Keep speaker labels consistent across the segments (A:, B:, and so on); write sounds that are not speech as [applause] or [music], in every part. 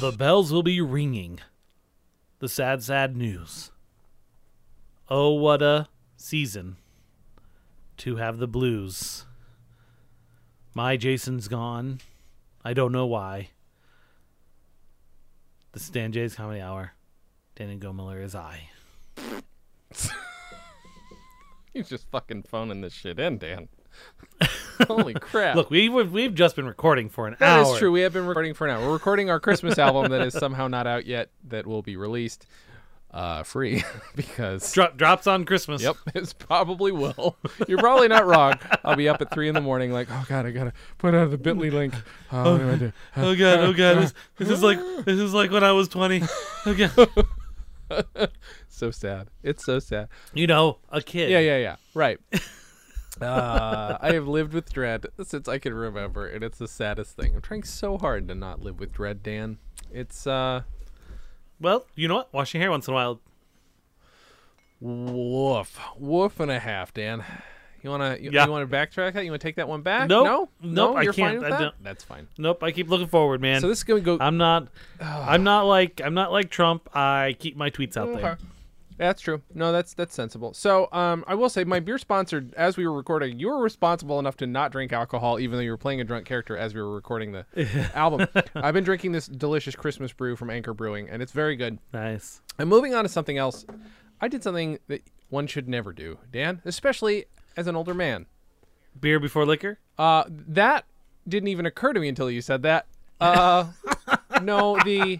A: The bells will be ringing. The sad, sad news. Oh, what a season to have the blues. My Jason's gone. I don't know why. This is Dan Jay's Comedy Hour. Danny Go Miller is I.
B: He's just fucking phoning this shit in, Dan. Holy crap.
A: Look, we've, we've, we've just been recording for an
B: That
A: hour.
B: is true. We have been recording for an hour. We're recording our Christmas album that is somehow not out yet, that will be released uh, free [laughs] because.
A: Dro- drops on Christmas.
B: Yep, [laughs] it's probably will. You're probably not wrong. I'll be up at three in the morning, like, oh god, I gotta put out the Bitly link. Oh, what do I do?
A: [laughs] Oh god, oh
B: [laughs]
A: god, this, this is like this is like when I was twenty. Oh god.
B: So sad. It's so sad.
A: You know, a kid.
B: Yeah, yeah, yeah. Right. uh, I have lived with dread since I can remember, and it's the saddest thing. I'm trying so hard to not live with dread, Dan. It's uh,
A: Well, you know what? Wash your hair once in a while.
B: woof, woof and a half, Dan. You wanna, you,
A: Yeah.
B: you wanna backtrack that? You wanna take that one back?
A: Nope.
B: No,
A: Nope,
B: no,
A: I
B: you're
A: can't.
B: fine with
A: I
B: that.
A: don't-
B: That's fine.
A: Nope, I keep looking forward, man.
B: So this is gonna go.
A: I'm not I'm not like I'm not like Trump. I keep my tweets out there.
B: Okay. That's true. No, that's that's sensible. So, um, I will say my beer sponsored as we were recording. You were responsible enough to not drink alcohol, even though you were playing a drunk character as we were recording the album. I've been drinking this delicious Christmas brew from Anchor Brewing, and it's very good.
A: Nice.
B: And moving on to something else, I did something that one should never do, Dan, especially as an older man.
A: Beer before liquor?
B: Uh, that didn't even occur to me until you said that. Uh, no, the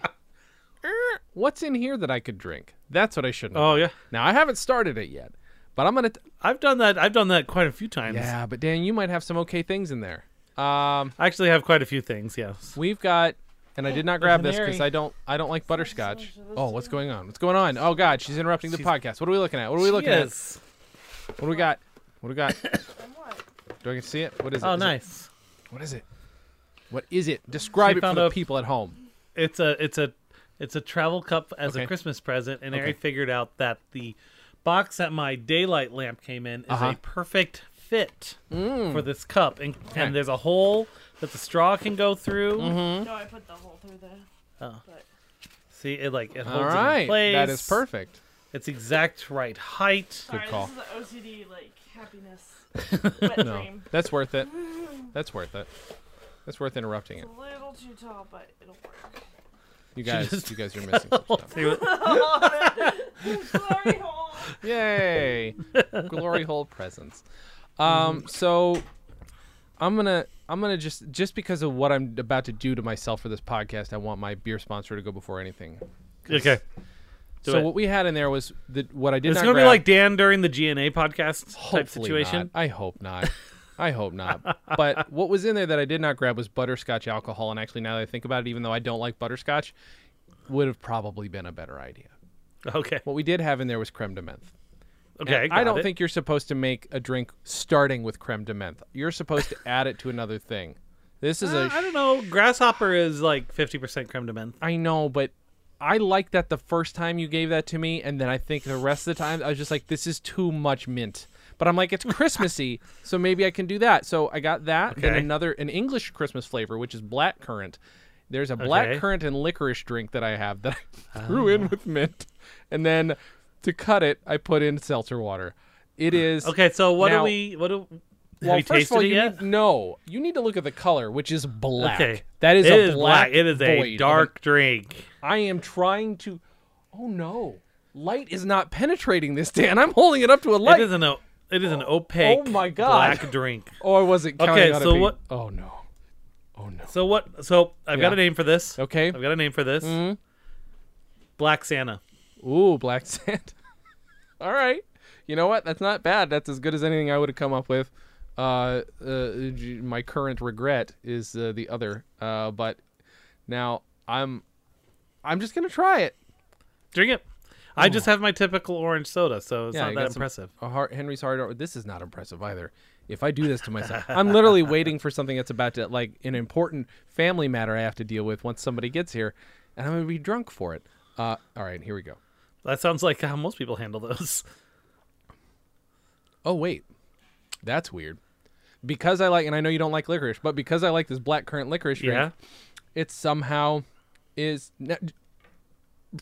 B: er, what's in here that I could drink? That's what I shouldn't. have
A: Oh
B: done.
A: yeah.
B: Now I haven't started it yet, but I'm gonna. T-
A: I've done that I've done that quite a few times.
B: yeah, but Dan, you might have some okay things in there. Um,
A: I actually have quite a few things, yes.
B: we've got, and I did not grab this because
A: canary.
B: I don't. I don't like butterscotch. Oh, what's going on? What's going on? Oh God, she's interrupting the
A: She's-
B: podcast. What are we looking at? What are we looking
A: Yes.
B: at? What do we got? What do
A: [coughs]
B: we got? do I get to see it? What is it?
A: Oh
B: Is it-
A: nice.
B: what is it? What is it? Describe
A: She
B: it for
A: found
B: the
A: a-
B: people at home.
A: It's a it's a it's a travel cup as
B: Okay.
A: a Christmas present, and
B: Okay.
A: I figured out that the box that my daylight lamp came in is
B: Uh-huh. Mm.
A: a perfect fit for this cup, and, and there's a hole that the straw can go through.
C: No, I put the hole through the.
A: See, it like it holds
B: All
A: it
B: right,
A: in place.
B: that is perfect.
A: It's exact right height.
C: Sorry,
B: call.
C: this is the OCD like happiness wet
B: No,
C: dream.
B: that's worth it. That's worth it. That's worth interrupting it.
C: It's a little too tall, but it'll work. [laughs]
B: You guys,
A: just-
B: you guys
A: [laughs]
B: are missing some stuff.
A: See what-
C: Sorry,
B: [laughs]
C: hole.
B: Yay!
A: [laughs]
B: Glory hole presents. Um, so I'm gonna I'm gonna just just because of what I'm about to do to myself for this podcast, I want my beer sponsor to go before anything.
A: okay, Do
B: so
A: it.
B: what we had in there was the, what I did
A: it's
B: not
A: gonna be
B: grab-
A: like Dan during the GNA podcast type
B: Hopefully
A: situation.
B: Not. I
A: [laughs]
B: hope not. I hope not. But what was in there that I did not grab was butterscotch alcohol, and actually now that I think about it, even though I don't like butterscotch, would have probably been a better idea.
A: Okay,
B: What we did have in there was creme de menthe.
A: okay,
B: I
A: got
B: don't
A: it.
B: think you're supposed to make a drink starting with creme de menthe. You're supposed to [laughs] add it to another thing. This is
A: Uh,
B: a.
A: I don't know. Grasshopper is like fifty percent creme de menthe.
B: I know, but I liked that the first time you gave that to me, and then I think the rest of the time I was just like, this is too much mint. But I'm
A: [laughs]
B: like, it's Christmassy, so maybe I can do that. So I got that, then
A: Okay.
B: another an English Christmas flavor, which is black currant. There's a black
A: Okay. Ah.
B: currant and licorice drink that I have that I [laughs] threw in with mint, and then to cut it, I put in seltzer water. It is
A: Uh, Okay, so what
B: Now-
A: do we? What do? Have
B: well,
A: you
B: first
A: tasted
B: of all,
A: it
B: you
A: yet?
B: Need, no. You need to look at the color, which is black.
A: Okay.
B: That is
A: It
B: a
A: is
B: black.
A: It is
B: void of
A: a
B: an-
A: dark drink.
B: I am trying to. Oh no, light is not penetrating this, Dan. I'm holding it up to a light.
A: It is an o- it is an opaque.
B: Oh my God. [laughs]
A: Black drink.
B: Oh, I wasn't counting
A: Okay,
B: on it
A: so
B: being-
A: what-
B: Oh no. Oh no.
A: So what? So I've got
B: Yeah.
A: a name for this.
B: Okay. Mm-hmm.
A: I've got a name for this. Black Santa.
B: Ooh, black [laughs] sand. All right. You know what? That's not bad. That's as good as anything I would have come up with. Uh, uh, g- my current regret is uh, the other. Uh, but now I'm, I'm just gonna try it.
A: Drink it. I just have my typical orange soda, so it's
B: Yeah,
A: not
B: I
A: that
B: got some-
A: impressive.
B: a hard, Henry's hard. or- This is not impressive either. If I do this to myself, I'm literally waiting for something that's about to like an important family matter I have to deal with once somebody gets here, and I'm gonna be drunk for it. Uh, all right, here we go.
A: That sounds like how most people handle those. [laughs]
B: Oh wait, that's weird. Because I like, and I know you don't like licorice, but because I like this black currant licorice drink,
A: Yeah.
B: it's somehow is now,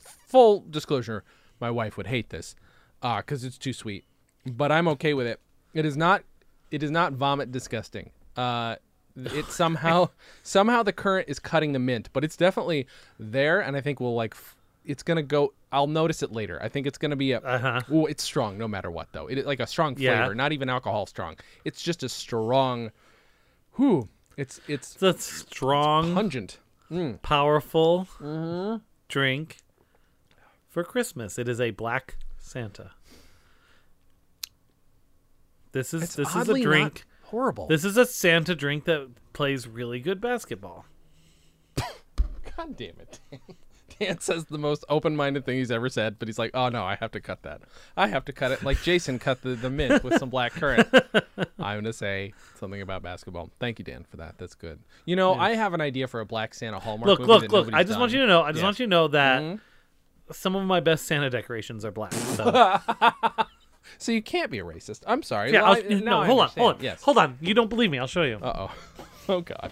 B: full disclosure. My wife would hate this, uh, because it's too sweet. But I'm okay with it. It is not. It is not vomit disgusting. Uh,
A: [laughs]
B: it somehow somehow the current is cutting the mint, but it's definitely there, and I think we'll like. F- it's gonna go. I'll notice it later. I think it's gonna be a.
A: Uh-huh.
B: Ooh, it's strong no matter what though. It like a strong
A: Yeah.
B: flavor, not even alcohol strong. It's just a strong. Whew. It's it's
A: It's a strong,
B: pungent.
A: powerful
B: Mm-hmm.
A: drink for Christmas. It is a black Santa. This is
B: It's
A: this is
B: oddly
A: a
B: not
A: drink.
B: horrible.
A: This is a Santa drink that plays really good basketball.
B: God damn it. Dan [laughs] says the most open-minded thing he's ever said, but he's like, "Oh no, I have to cut that. I have to cut it like Jason cut the, the mint with some black
A: [laughs]
B: currant." I'm gonna say something about basketball. Thank you, Dan, for that. That's good. You know, I have an idea for a Black Santa Hallmark.
A: Look,
B: movie
A: look,
B: that
A: look! I
B: nobody's
A: just want
B: done. Mm-hmm.
A: you to know. I just
B: Yes.
A: want you to know that some of my best Santa decorations are black.
B: [laughs]
A: So.
B: So you can't be a racist. I'm sorry.
A: yeah,
B: Well,
A: I'll,
B: I- now
A: no,
B: I
A: hold on,
B: understand.
A: hold on,
B: Yes.
A: hold on. You don't believe me? I'll show you.
B: Uh oh. [laughs] Oh god.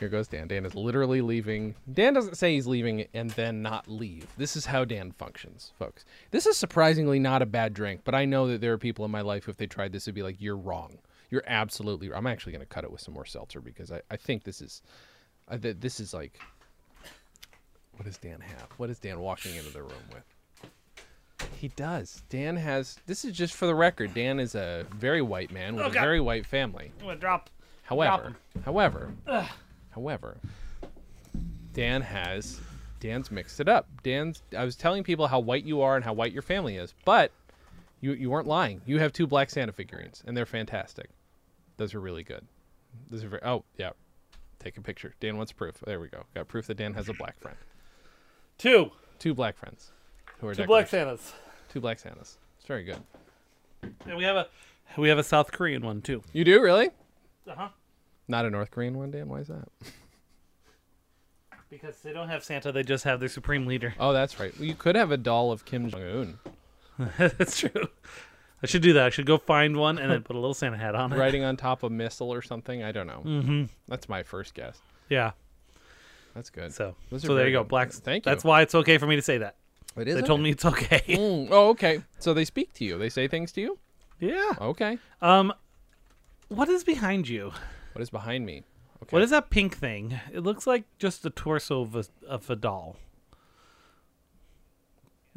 B: Here goes Dan. Dan is literally leaving. Dan doesn't say he's leaving and then not leave. This is how Dan functions, folks. This is surprisingly not a bad drink, but I know that there are people in my life who, if they tried this, would be like, "You're wrong. You're absolutely." Wrong. I'm actually going to cut it with some more seltzer because I, I think this is, I, th- this is like, what does Dan have? What is Dan walking into the room with? He does. Dan has. This is just for the record. Dan is a very white man with a
A: God.
B: very white family.
A: I'm gonna drop.
B: However, however, however, Dan has Dan's mixed it up. Dan's I was telling people how white you are and how white your family is, but you you weren't lying. You have two black Santa figurines and they're fantastic. Those are really good. Those are very oh yeah. Take a picture. Dan wants proof. There we go. Got proof that Dan has a black friend.
A: Two,
B: Two black friends. Who are
A: two black
B: decorations.
A: Santas,
B: Two black Santas. It's very good.
A: and we have a we have a South Korean one too.
B: You do really?
A: Uh huh.
B: Not a North Korean one, Dan. Why is that?
A: Because they don't have Santa, they just have their supreme leader. [laughs]
B: Oh, that's right. Well, you could have a doll of Kim Jong Un.
A: That's true. I should do that. I should go find one and then put a little Santa hat on it.
B: riding on top of missile or something. I don't know. Mm-hmm. That's my first guess.
A: Yeah.
B: That's good.
A: So
B: Those are
A: so there
B: very
A: you go.
B: good.
A: Black.
B: Thank you.
A: That's why it's okay for me to say that.
B: it is.
A: They
B: okay.
A: told me it's okay. [laughs]
B: Mm, Oh, okay. So they speak to you. They say things to you.
A: yeah.
B: Okay.
A: Um, what is behind you?
B: What is behind me? Okay.
A: What is that pink thing? It looks like just the torso of a, of a doll.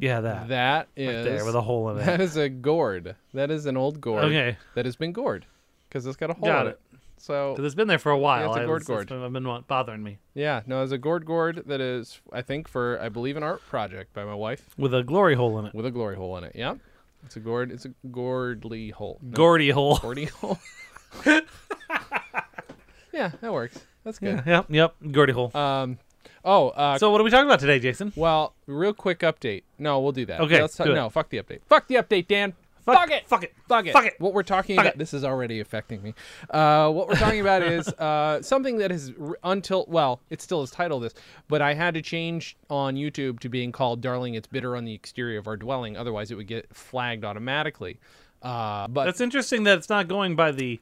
A: Yeah, that.
B: that?
A: right
B: Is
A: there with a hole in
B: [laughs]
A: it.
B: that is a gourd. That is an old gourd.
A: Okay.
B: That has been gourd because it's got a hole
A: Got
B: in
A: it.
B: it. So
A: Because it's been there for a while.
B: Yeah, it's a
A: I
B: gourd
A: was-
B: gourd.
A: been, been wa- bothering me
B: yeah, no, there's a gourd gourd that is I think for I believe an art project by my wife
A: with a glory hole in it.
B: with a glory hole in it. Yeah. It's a gourd. It's a gourdly hole. No,
A: Gordy hole. [laughs]
B: Gordy hole. [laughs] yeah, that works. That's good.
A: Yep, yep. Gordy hole.
B: Um, oh, uh,
A: so what are we talking about today, Jason?
B: well, real quick update. No, we'll do that.
A: Okay,
B: Let's talk-
A: do it.
B: no, fuck the update. Fuck the update, Dan. Fuck, it.
A: Fuck it.
B: Fuck it.
A: Fuck it.
B: What we're talking
A: Fuck
B: about.
A: it.
B: This is already affecting me. Uh, what we're talking about is
A: [laughs]
B: uh, something that is r- until well, it still is titled this, but I had to change on YouTube to being called "Darling, It's Bitter on the Exterior of Our Dwelling," otherwise it would get flagged automatically. Uh, but
A: That's interesting that it's not going by the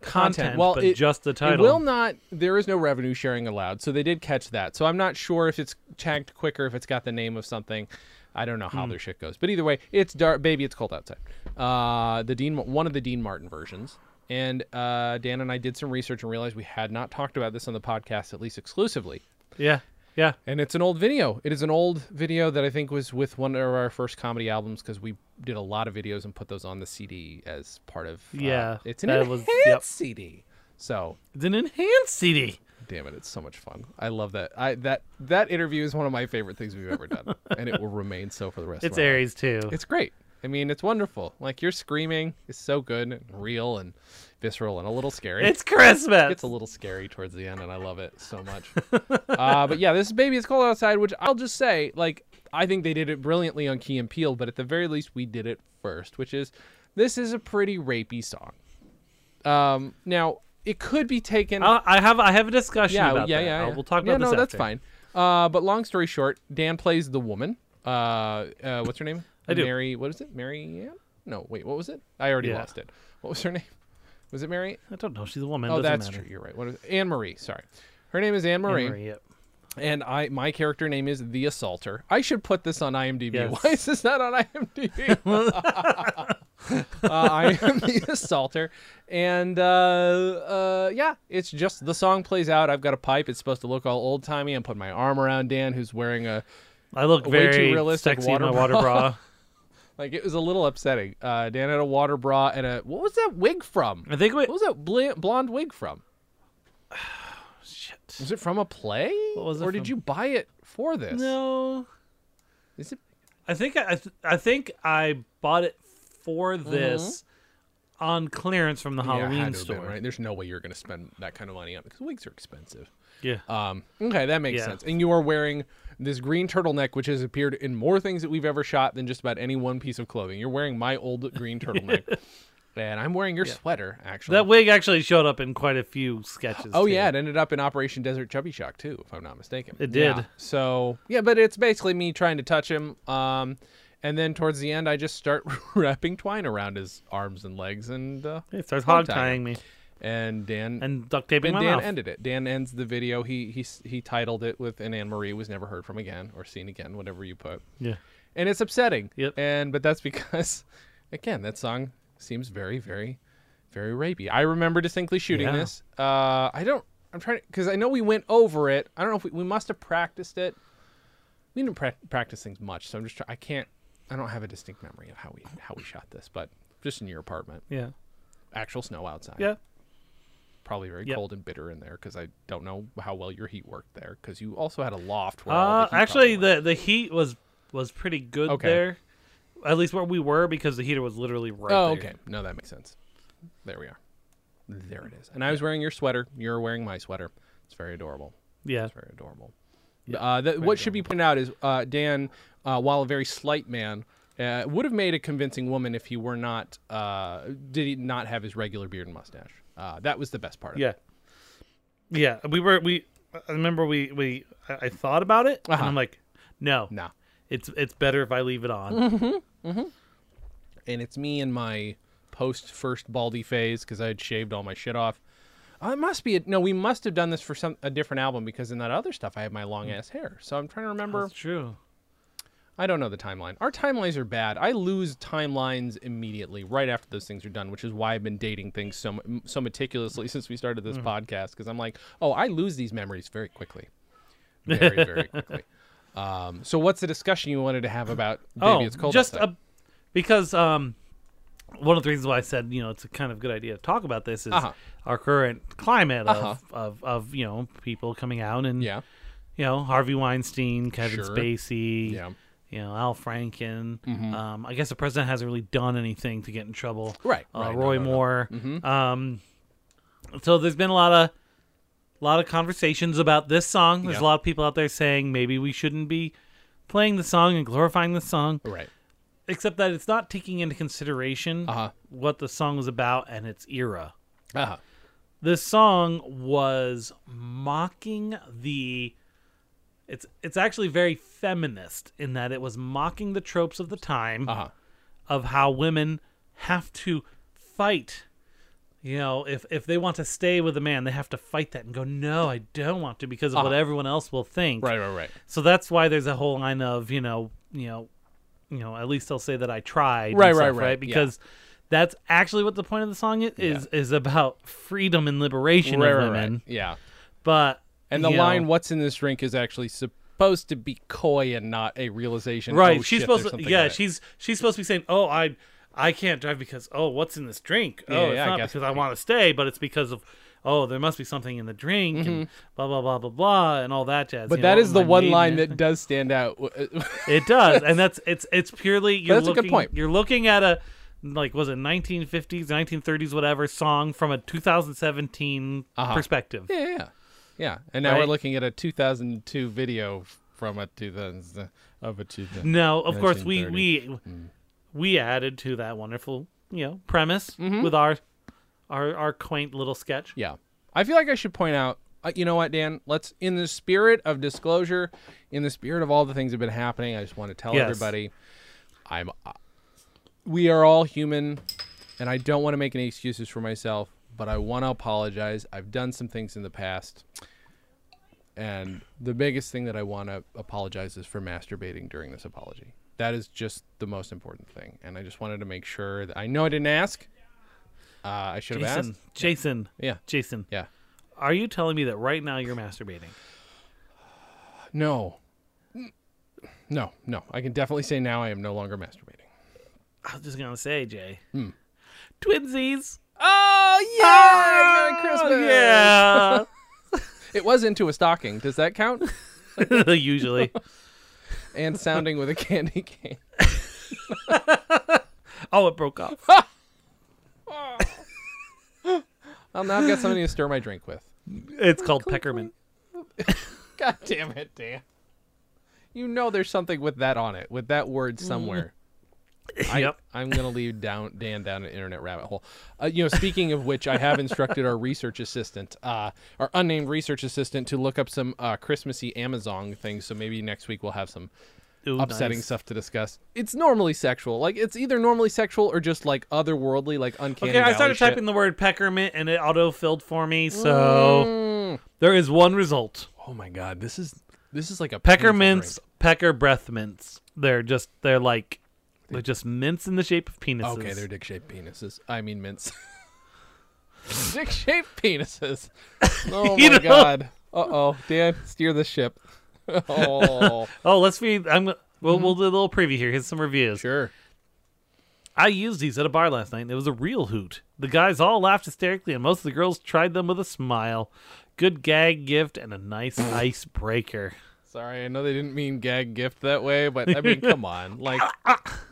A: content,
B: Well,
A: but
B: it-
A: just the title.
B: It will not. There is no revenue sharing allowed, so they did catch that. So I'm not sure if it's tagged quicker, if it's got the name of something. I don't know
A: Hmm.
B: how their shit goes, but either way, it's dark. Baby, it's cold outside. Uh, the Dean, one of the Dean Martin versions, and uh, Dan and I did some research and realized we had not talked about this on the podcast, at least exclusively.
A: Yeah, yeah.
B: And it's an old video. It is an old video that I think was with one of our first comedy albums because we did a lot of videos and put those on the CD as part of. uh,
A: Yeah,
B: it's an
A: that was-
B: enhanced
A: yep.
B: CD. So
A: It's an enhanced CD.
B: Damn it, it's so much fun. I love that. I that that interview is one of my favorite things we've
A: [laughs]
B: ever done, and it will remain so for the rest.
A: It's
B: of my life.
A: Aries too.
B: It's great. I mean, it's wonderful. Like your screaming is so good and real and visceral and a little scary.
A: It's Christmas.
B: It's a little scary towards the end, and I love it
A: [laughs]
B: so much. uh, but yeah, this is Baby It's Cold Outside, which I'll just say, like, I think they did it brilliantly on Key and Peele, but at the very least, we did it first, which is this is a pretty rapey song. Um, now, it could be taken.
A: Uh, I I have I have a discussion
B: yeah,
A: about
B: yeah,
A: that.
B: yeah,
A: I'll-
B: yeah.
A: We'll talk about
B: yeah,
A: this
B: no, that's
A: after.
B: fine. Uh, but long story short, Dan plays the woman. Uh, uh what's her name?
A: I do.
B: Mary. What is it? Mary Ann? No, wait. What was it? I already
A: Yeah.
B: lost it. What was her name? Was it Mary?
A: I don't know. She's a woman.
B: oh,
A: Doesn't
B: that's
A: matter.
B: true. You're right. What is Anne Marie? Sorry, her name is Anne Marie.
A: Anne Marie, yep.
B: And I, my character name is the Assaulter. I should put this on IMDb.
A: Yes.
B: Why is this not
A: [laughs]
B: on IMDb? uh, I am the Assaulter, and uh, uh, yeah, it's just the song plays out. I've got a pipe. It's supposed to look all old timey. I'm putting my arm around Dan, who's wearing a
A: I look
B: way too
A: very
B: realistic
A: sexy in my
B: water
A: water
B: [laughs]
A: bra.
B: like it was a little upsetting. Uh, Dan had a water bra and a what was that wig from?
A: I think we.
B: What was that bl- blonde wig from?
A: Shit.
B: Was it from a play?
A: What was it
B: or did
A: from?
B: you buy it for this?
A: No.
B: Is it
A: I think I, I th- I think I bought it for this on clearance from the
B: Mm-hmm. Yeah, it had
A: Halloween
B: to have
A: store.
B: been, right? There's no way you're going to spend that kind of money on because wigs are expensive.
A: Yeah.
B: Um, okay, that makes
A: Yeah.
B: sense. And you are wearing this green turtleneck, which has appeared in more things that we've ever shot than just about any one piece of clothing. You're wearing my
A: [laughs]
B: old green turtleneck, and I'm wearing your sweater actually.
A: that wig actually showed up in quite a few sketches.
B: Oh
A: too.
B: yeah, it ended up in Operation Desert Chubby Shock too, if I'm not mistaken.
A: It
B: Yeah.
A: did.
B: So yeah, but it's basically me trying to touch him, um, and then towards the end, I just start [laughs] wrapping twine around his arms and legs, and uh,
A: It starts hog
B: hog tying
A: tying me
B: and Dan
A: and duct taping
B: and
A: my
B: Dan
A: mouth.
B: ended it. Dan ends the video. He he s- he titled it with "And Anne Marie was never heard from again or seen again," whatever you put.
A: yeah.
B: And it's upsetting.
A: Yep.
B: And but that's [laughs] because, again, that song seems very very, very rapey. I remember distinctly shooting
A: Yeah.
B: this. Uh, I don't. I'm trying to because I know we went over it. I don't know if we, we must have practiced it. We didn't prac practice things much, so I'm just try- I can't. I don't have a distinct memory of how we how we shot this, but just in your apartment,
A: Yeah.
B: actual snow outside
A: Yeah.
B: probably very
A: Yep.
B: cold and bitter in there because I don't know how well your heat worked there because you also had a loft. Where all
A: Uh,
B: the heat
A: actually,
B: probably went.
A: the the heat was was pretty good
B: Okay.
A: there, at least where we were because the heater was literally right.
B: oh,
A: there.
B: okay, no, that makes sense. There we are. There it is. And I was wearing your sweater. You're wearing my sweater. It's very adorable.
A: Yeah.
B: It's very adorable. Uh, the, what should be pointed out is uh, Dan, uh, while a very slight man, uh, would have made a convincing woman if he were not uh, did he not have his regular beard and mustache. Uh, that was the best part. Of it.
A: Yeah. Yeah. We were we. I remember we we I, I thought about it
B: Uh-huh.
A: and I'm like, no,
B: Nah.
A: it's it's better if I leave it on.
B: and it's me in my post first baldy phase because I had shaved all my shit off. Uh, It must be a, no. We must have done this for some a different album because in that other stuff I had my long ass hair. So I'm trying to remember.
A: Mm. That's true.
B: I don't know the timeline. Our timelines are bad. I lose timelines immediately right after those things are done, which is why I've been dating things so mu- so meticulously [laughs] since we started
A: Mm-hmm.
B: this podcast because I'm like, oh, I lose these memories
A: [laughs]
B: very quickly, very very quickly. Um, so what's the discussion you wanted to have about? Baby,
A: oh,
B: it's cold
A: just
B: Outside?
A: a, because um, one of the reasons why I said you know it's a kind of good idea to talk about this is
B: Uh-huh.
A: our current climate
B: Uh-huh.
A: of, of of you know people coming out and
B: yeah,
A: you know Harvey Weinstein, Kevin
B: Sure.
A: Spacey,
B: Yeah. Mm-hmm.
A: you know Al Franken. Um, I guess the president hasn't really done anything to get in trouble,
B: Right,
A: Uh,
B: right, no,
A: Roy
B: no, Mm-hmm. no.
A: Moore. Um, so there's been a lot of lot of conversations about this song. There's
B: Yeah.
A: a lot of people out there saying maybe we shouldn't be playing the song and glorifying the song
B: right.
A: except that it's not taking into consideration
B: Uh huh.
A: what the song was about and its era.
B: Uh huh.
A: This song was mocking the it's it's actually very feminist in that it was mocking the tropes of the time
B: Uh huh.
A: of how women have to fight. You know, if if they want to stay with a man, they have to fight that and go, "No, I don't want to because of what everyone else will think."
B: Uh-huh. Right, right, right.
A: So that's why there's a whole line of you know, you know, you know. At least they'll say that I tried. and
B: Right, right,
A: stuff,
B: right, yeah.
A: Because that's actually what the point of the song is is, is about freedom and liberation
B: right,
A: of
B: right,
A: women.
B: right. Yeah.
A: But
B: And the
A: you know,
B: line "What's in this drink" is actually supposed to be coy and not a realization.
A: right?
B: "Oh,
A: she's
B: shit,
A: supposed
B: there's
A: to
B: something
A: yeah.
B: in it."
A: She's she's supposed to be saying, "Oh, I I can't drive because oh, what's in this drink? Oh,
B: Yeah,
A: it's
B: yeah, I
A: not
B: guess
A: because
B: it
A: I
B: would be.
A: want to stay, but it's because of." Oh, there must be something in the drink, and blah blah blah blah blah, and all that jazz.
B: Mm-hmm. But
A: you
B: that
A: know,
B: is the
A: my
B: one
A: maiden
B: line
A: name.
B: that does stand out. [laughs]
A: It does, and that's it's it's purely you're
B: that's a good
A: looking,
B: point.
A: You're looking at a like was it 1950s, 1930s, whatever song from a 2017
B: Uh-huh.
A: perspective.
B: yeah, yeah, yeah. And now we're
A: Right.
B: looking at a 2002 video from a 2000 of a 2000.
A: Now, of course, we we we added to that wonderful you know premise with our our our quaint little sketch.
B: Mm-hmm. Yeah. I feel like I should point out, uh, you know what, Dan? Let's, in the spirit of disclosure, in the spirit of all the things that have been happening, I just want to tell
A: Yes.
B: everybody I'm, uh, we are all human, and I don't want to make any excuses for myself, but I want to apologize. I've done some things in the past. And the biggest thing that I want to apologize is for masturbating during this apology. That is just the most important thing. And I just wanted to make sure that I know I didn't ask. Uh, I should have
A: Jason,
B: asked.
A: Jason,
B: Yeah.
A: Jason,
B: Yeah.
A: are you telling me that right now you're masturbating?
B: No. No, no. I can definitely say now I am no longer masturbating.
A: I was just gonna say, Jay.
B: Hmm.
A: Twinsies.
B: Oh, yeah! Oh, Merry Christmas!
A: Yeah.
B: It was into a stocking. Does that count?
A: [laughs] Usually,
B: and sounding with a candy cane.
A: oh, it broke
B: [laughs]
A: off.
B: Well, now I've got something to stir my drink with.
A: It's called peckerman.
B: God damn it, Dan. You know there's something with that on it, with that word somewhere.
A: Mm. Yep.
B: I, I'm gonna leave down Dan down an internet rabbit hole. Uh, you know, speaking of which, I have instructed our research assistant, uh, our unnamed research assistant, to look up some uh, Christmassy Amazon things. So maybe next week we'll have some
A: Ooh,
B: upsetting
A: nice.
B: stuff to discuss. It's normally sexual, like it's either normally sexual or just like otherworldly, like uncanny.
A: Okay, I
B: valley
A: started
B: shit.
A: typing the word peckermint and it auto filled for me, so there is one result.
B: Mm. Oh my god, this is this is like a painful
A: Peckermints, pecker breath mints. They're just they're like they're just mints in the shape of penises.
B: drink. Okay, they're dick shaped penises. I mean mints. [laughs] dick shaped
A: [laughs]
B: penises. Oh my
A: You know-
B: god. Uh oh, Dan, steer the ship. [laughs]
A: [laughs]
B: Oh,
A: Oh, let's read I'm we'll we'll do a little preview here. Here's some reviews.
B: sure.
A: I used these at a bar last night and it was a real hoot. The guys all laughed hysterically and most of the girls tried them with a smile. Good gag gift and a
B: [laughs]
A: nice icebreaker.
B: Sorry, I know they didn't mean gag gift that way, but I mean,
A: [laughs]
B: come on. Like,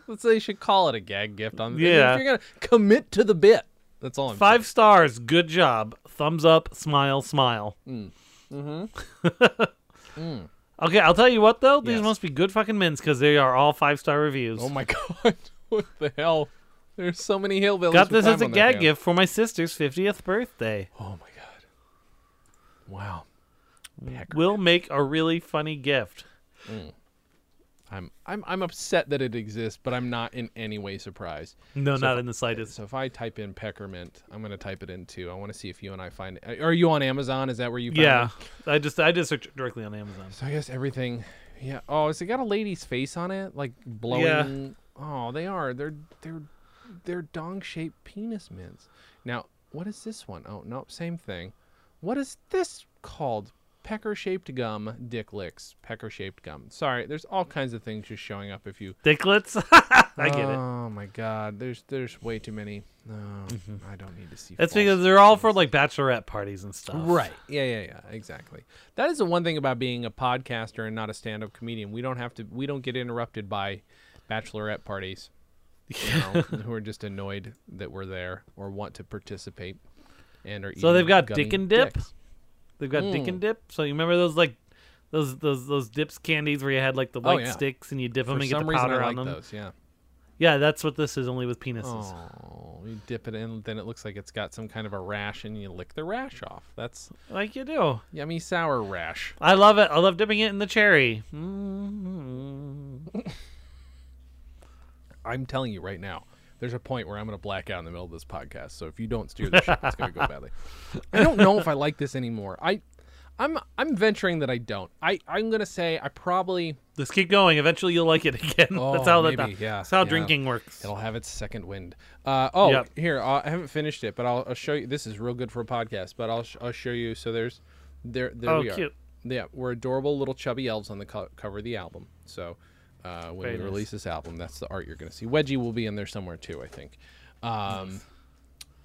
B: let's say you should call it a gag gift on.
A: Yeah.
B: If you're gonna commit to the bit, that's all. I'm
A: Five stars, good job. Thumbs up, smile, smile.
B: Mm.
A: [laughs] Okay, I'll tell you what though, these
B: Mm-hmm. Yes.
A: must be good fucking mints because they are all five star reviews.
B: Oh my [laughs] god, what the hell? There's so many hillbillies.
A: Got this
B: with time
A: as a
B: on their
A: gag
B: hands.
A: gift for my sister's fiftieth birthday.
B: Oh my god. Wow. Pecker.
A: We'll make a really funny gift.
B: I'm I'm I'm upset that it exists, but I'm not in any way surprised.
A: No,
B: So
A: not
B: if-
A: in the slightest.
B: So if I type in peppermint, I'm gonna type it in too. I want to see if you and I find it. Are you on Amazon? Is that where you? Found
A: Yeah,
B: It?
A: I just I just searched directly on Amazon.
B: So I guess everything. Yeah. Oh, has it got a lady's face on it? Like blowing. Oh, they are. They're they're they're dong shaped penis mints. Now, what is this one? Oh, nope, same thing. What is this called? Pecker shaped gum, dick licks, pecker shaped gum. Sorry, there's all kinds of things just showing up if you
A: Dicklets. [laughs] I get it.
B: Oh my god, there's there's way too many. No, I don't need to see.
A: Mm-hmm. That's
B: false-
A: because they're all for like bachelorette parties and stuff.
B: right. Yeah, yeah, yeah. Exactly. That is the one thing about being a podcaster and not a stand-up comedian. We don't have to. We don't get interrupted by bachelorette parties.
A: [laughs]
B: You know, who are just annoyed that we're there or want to participate and are.
A: So they've
B: eating
A: got
B: gummy
A: dick and dip.
B: dicks.
A: They've got
B: Hmm.
A: dick and dip. So you remember those like those those those dips candies where you had like the
B: Oh,
A: white
B: yeah.
A: sticks and you dip them
B: For
A: and get the
B: some reason,
A: powder
B: I
A: on
B: like
A: them.
B: those. Yeah.
A: Yeah, that's what this is only with penises.
B: Oh, you dip it in, then it looks like it's got some kind of a rash, and you lick the rash off. That's
A: Like you do.
B: yummy sour rash.
A: I love it. I love dipping it in the cherry. Mm.
B: I'm telling you right now, there's a point where I'm going to black out in the middle of this podcast. So if you don't steer the ship, it's going to go badly. I don't know if I like this anymore. I, I'm I'm venturing that I don't. I I'm going to say I probably
A: Just keep going. Eventually, you'll like it [laughs] again.
B: Oh,
A: that's how that,
B: maybe, yeah,
A: that's how
B: yeah.
A: drinking works.
B: it'll have its second wind. Uh, oh,
A: Yep.
B: here uh, I haven't finished it, but I'll, I'll show you. This is real good for a podcast, but I'll sh- I'll show you. So there's there there
A: Oh,
B: we are.
A: cute.
B: Yeah, we're adorable little chubby elves on the co- cover of the album. So uh, when
A: Very
B: we
A: nice.
B: release this album, that's the art you're going to see. Wedgie will be in there somewhere too, I think. Um,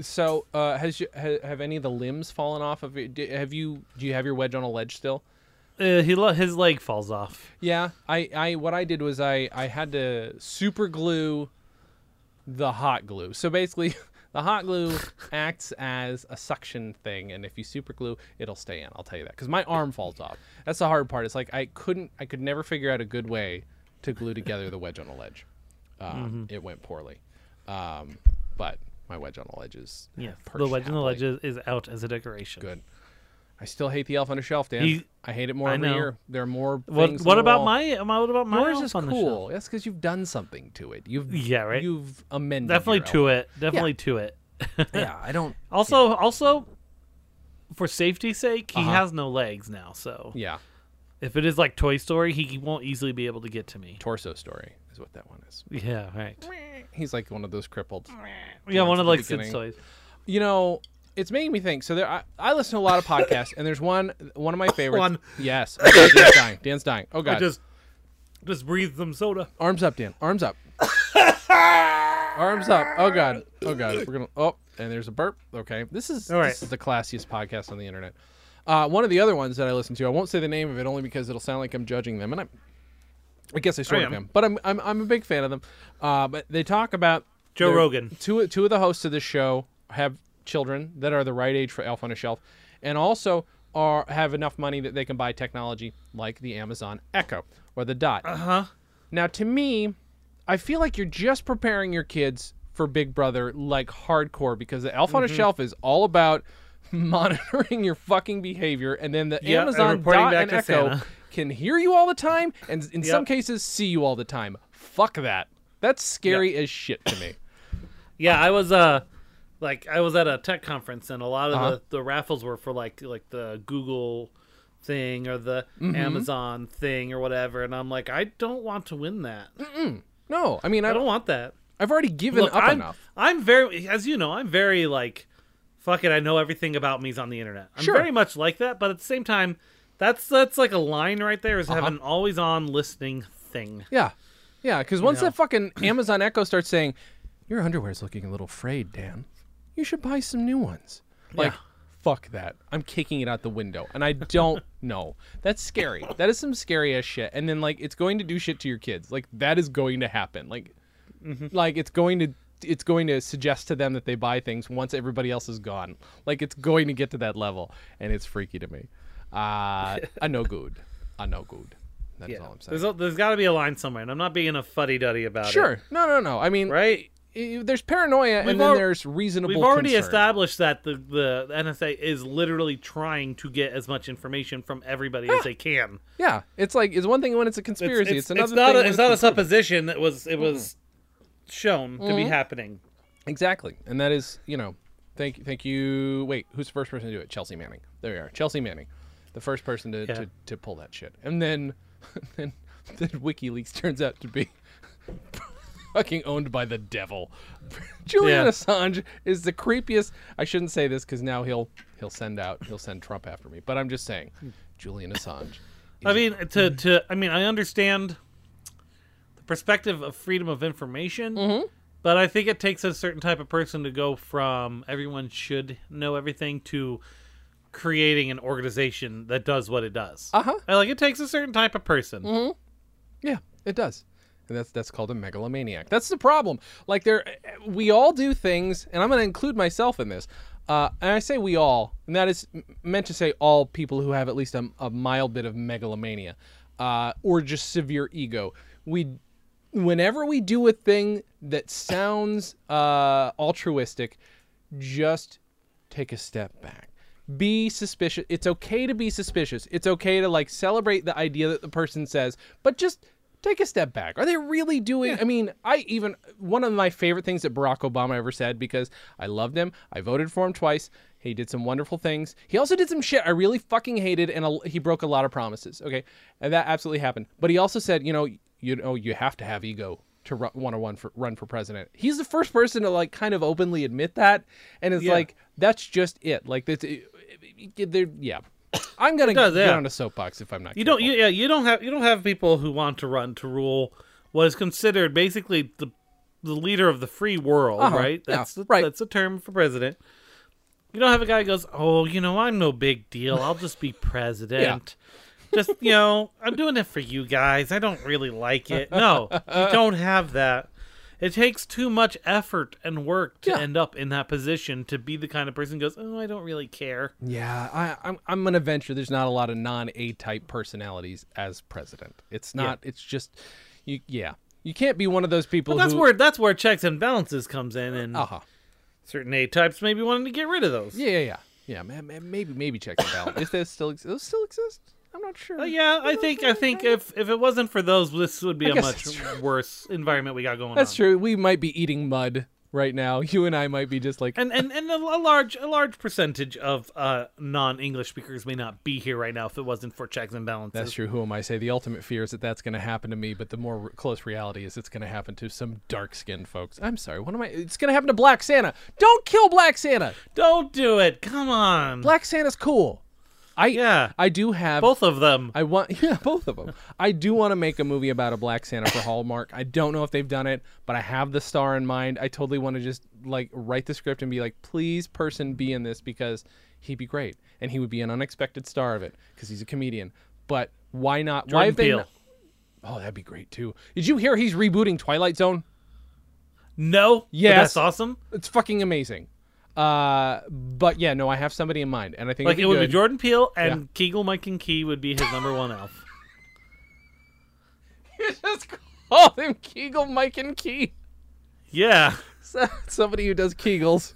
B: So uh, has you, ha, have any of the limbs fallen off of it? Do, have you do you have your wedge on a ledge still?
A: Uh, he lo- his leg falls off.
B: Yeah, I, I what I did was I I had to super glue the hot glue. So basically, [laughs] the hot glue acts as a suction thing, and if you super glue, it'll stay in. I'll tell you that because my arm falls off. That's the hard part. It's like I couldn't I could never figure out a good way to glue together the wedge on a ledge.
A: Mm-hmm.
B: Um, It went poorly, um, but my wedge on a ledge is
A: Yeah,
B: perched
A: the legend of the
B: happily.
A: ledge is, is out as a decoration.
B: Good. I still hate the elf on a shelf, Dan.
A: He-
B: I hate it more
A: I
B: every
A: know.
B: year. There are more.
A: What
B: things on
A: what
B: the
A: about
B: wall.
A: my my what about my
B: Yours
A: elf
B: is
A: on the
B: cool.
A: shelf?
B: That's because you've done something to it. You've
A: Yeah, right.
B: You've amended
A: Definitely
B: your
A: [laughs] to it. Definitely to it.
B: elf. Yeah, I don't.
A: Also, also, for safety's sake, he
B: Uh-huh.
A: has no legs now, so
B: Yeah,
A: if it is like Toy Story, he won't easily be able to get to me.
B: torso story is what that one is.
A: Yeah, right.
B: He's like one of those crippled.
A: Yeah, one of
B: the
A: like Sid's
B: beginning.
A: toys.
B: You know, it's making me think. So there, I, I listen to a lot of podcasts, and there's one
A: [laughs]
B: one of my favorites.
A: One.
B: Yes, Oh, God, Dan's dying. Dan's dying. Oh
A: I
B: God,
A: just just breathed some soda.
B: arms up, Dan. Arms
A: [laughs]
B: up. arms up. Oh God. Oh God. We're gonna. Oh, and there's a burp. Okay, this is
A: All right.
B: this is the classiest podcast on the internet. Uh, one of the other ones that I listen to, I won't say the name of it only because it'll sound like I'm judging them, and I'm. I guess I sort
A: I
B: of
A: am.
B: am, but I'm, I'm I'm a big fan of them. Uh, but they talk about
A: Joe
B: they're-
A: Rogan.
B: Two two of the hosts of this show have children that are the right age for Elf on a Shelf, and also are have enough money that they can buy technology like the Amazon Echo or the Dot. Uh huh. Now, to me, I feel like you're just preparing your kids for Big Brother like hardcore because the Elf on
A: Mm-hmm.
B: a Shelf is all about [laughs] monitoring your fucking behavior, and then the
A: Yeah, and
B: Amazon
A: reporting
B: Dot
A: back
B: and
A: to
B: Echo
A: Santa.
B: can hear you all the time, and in some
A: Yep.
B: cases see you all the time. Fuck that. That's scary as shit to me.
A: Yeah, I was uh like I was at a tech conference and a lot of
B: Uh-huh.
A: the, the raffles were for like like the Google thing or the
B: Mm-hmm.
A: Amazon thing or whatever and I'm like I don't want to win that.
B: No, I mean I
A: I don't
B: don't.
A: want that.
B: I've already given
A: Look,
B: up
A: I'm,
B: enough.
A: I'm very as you know, I'm very like fuck it, I know everything about me's on the internet. I'm
B: Sure.
A: very much like that, but at the same time that's that's like a line right there is
B: Uh-huh.
A: have an always on listening thing.
B: Yeah, yeah. Because once
A: know.
B: that fucking [clears throat] Amazon Echo starts saying, "Your underwear's looking a little frayed, Dan. You should buy some new ones." Like,
A: Yeah.
B: fuck that. I'm kicking it out the window, and I don't [laughs] know. That's scary. That is some scary ass shit. And then like, it's going to do shit to your kids. Like that is going to happen. Like,
A: Mm-hmm.
B: like it's going to. It's going to suggest to them that they buy things once everybody else is gone. Like it's going to get to that level, and it's freaky to me.
A: [laughs]
B: Uh, I no good. I no good. That's all I'm saying.
A: There's a, there's got to be a line somewhere, and I'm not being a fuddy duddy about it.
B: Sure. No, no, no. I mean,
A: Right?
B: i- there's paranoia
A: We've
B: and then
A: al-
B: there's reasonable
A: We've already
B: concern.
A: established that the, the NSA is literally trying to get as much information from everybody as they can.
B: Yeah. It's like, it's one thing when it's a conspiracy. Ah! It's, another
A: not
B: thing.
A: a,
B: when
A: it's not a supposition that was it was shown to be
B: Mm-hmm.
A: happening.
B: Exactly. And that is, you know, thank, thank you. Wait, who's the first person to do it? Chelsea Manning. There you are. Chelsea Manning. The first person to,
A: Yeah.
B: to, to pull that shit. And then, [laughs] then, then WikiLeaks turns out to be [laughs] fucking owned by the devil. [laughs] Julian
A: Yeah.
B: Assange is the creepiest. I shouldn't say this because now he'll he'll send out he'll send Trump after me. But I'm just saying,
A: Hmm.
B: Julian Assange.
A: I mean, to to I mean, I understand the perspective of freedom of information, but I think it takes a certain type of person to go from everyone should know everything to creating an organization that does what it does.
B: Uh huh.
A: I like it takes a certain type of person.
B: Yeah, it does. And that's that's called a megalomaniac. That's the problem. Like there we all do things and I'm going to include myself in this. Uh, and I say we all, and that is m- meant to say all people who have at least a, a mild bit of megalomania uh, or just severe ego. We whenever we do a thing that sounds uh, altruistic, just take a step back. Be suspicious. It's okay to be suspicious. It's okay to like celebrate the idea that the person says, but just take a step back. Are they really doing? I mean, I even one of my favorite things that Barack Obama ever said because I loved him. I voted for him twice. He did some wonderful things. He also did some shit I really fucking hated, and a, he broke a lot of promises. Okay, and that absolutely happened. But he also said, you know, you know, you have to have ego to run, want to run for run for president. He's the first person to like kind of openly admit that, and it's
A: Yeah.
B: like that's just it. Like that's it, it- there- yeah. [coughs] I'm gonna
A: does,
B: get
A: yeah.
B: on a soapbox if I'm not.
A: You don't.
B: careful.
A: You, yeah, you don't have. You don't have people who want to run to rule what is considered basically the the leader of the free world,
B: Uh-huh,
A: right?
B: yeah,
A: That's the,
B: right.
A: That's a term for president. You don't have a guy who goes, "Oh, you know, I'm no big deal. I'll just
B: [laughs]
A: be president." Just you know, I'm doing it for you guys. I don't really like it. No,
B: [laughs]
A: you don't have that. It takes too much effort and work to
B: Yeah.
A: end up in that position to be the kind of person who goes, "Oh, I don't really care."
B: Yeah, I, I'm I'm gonna venture. There's not a lot of non-A type personalities as president. It's not. It's just, you. Yeah, you can't be one of those people.
A: But that's
B: who,
A: where that's where checks and balances comes in, and
B: Uh huh.
A: certain A types maybe wanting to get rid of those.
B: Yeah, yeah, yeah. Yeah, man, man, maybe maybe check that out. if those still ex- those still exist, I'm not sure.
A: Uh, yeah, I think I think if if it wasn't for those, this would be
B: I
A: a
B: guess
A: much
B: that's true.
A: worse environment we got going.
B: That's
A: on.
B: true. We might be eating mud right now, you and I might be just like,
A: and and and a, a large a large percentage of uh, non-English speakers may not be here right now if it wasn't for checks and balances.
B: that's true. Who am I? Say the ultimate fear is that that's going to happen to me, but the more r- close reality is it's going to happen to some dark-skinned folks. I'm sorry. What am I? It's going to happen to Black Santa. Don't kill Black Santa.
A: Don't do it. Come on.
B: Black Santa's cool. I
A: Yeah.
B: I do have
A: Both of them.
B: I want [laughs] yeah, both of them. I do want to make a movie about a Black Santa for Hallmark. I don't know if they've done it, but I have the star in mind. I totally want to just like write the script and be like, please, person, be in this because he'd be great and he would be an unexpected star of it because he's a comedian. But why not? why
A: Jordan
B: have they?
A: Peele.
B: not- oh, that'd be great too. Did you hear he's rebooting Twilight Zone?
A: No. but
B: Yes.
A: that's awesome.
B: It's fucking amazing. Uh, but yeah, no, I have somebody in mind, and I think
A: Like
B: it'd
A: it would
B: good.
A: be Jordan Peele and Kegel Mike and Key would be his number one elf.
B: You [laughs] just call him Kegel, Mike, and Key. [laughs]
A: Yeah.
B: So- somebody who
A: [laughs]
B: does Kegels,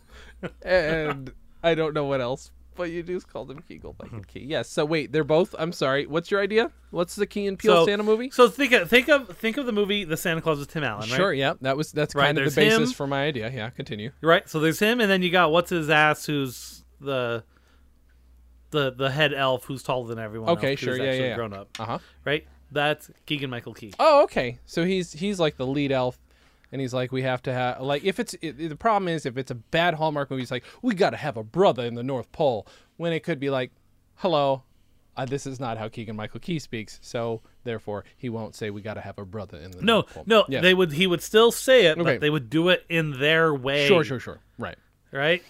B: and I don't know what else, but you just called him Kegel, Mike,
A: Hmm.
B: and Key. Yes. So wait, they're both. I'm sorry. What's your idea? What's the Key and Peele
A: So-
B: Santa movie?
A: So think of think of think of the movie The Santa Claus with Tim Allen, right?
B: Sure. Yeah. That was that's
A: Right,
B: kind of the
A: there's
B: basis
A: him.
B: for my idea. Yeah. Continue.
A: Right. So there's him, and then you got what's his ass, who's the the the head elf who's taller than everyone.
B: Okay,
A: else,
B: sure,
A: Who's
B: yeah,
A: actually
B: yeah, yeah.
A: Grown up.
B: Uh huh.
A: Right. That's Keegan Michael Key.
B: Oh, okay. So he's he's like the lead elf. And he's like, we have to have like if it's it, the problem is if it's a bad Hallmark movie, it's like we got to have a brother in the North Pole. When it could be like, hello, uh, this is not how Keegan Michael Key speaks. So therefore, he won't say we got to have a brother in the
A: No,
B: North Pole.
A: no,
B: Yeah.
A: they would. He would still say it,
B: Okay.
A: but they would do it in their way.
B: sure, sure, sure, uh, right.
A: Right?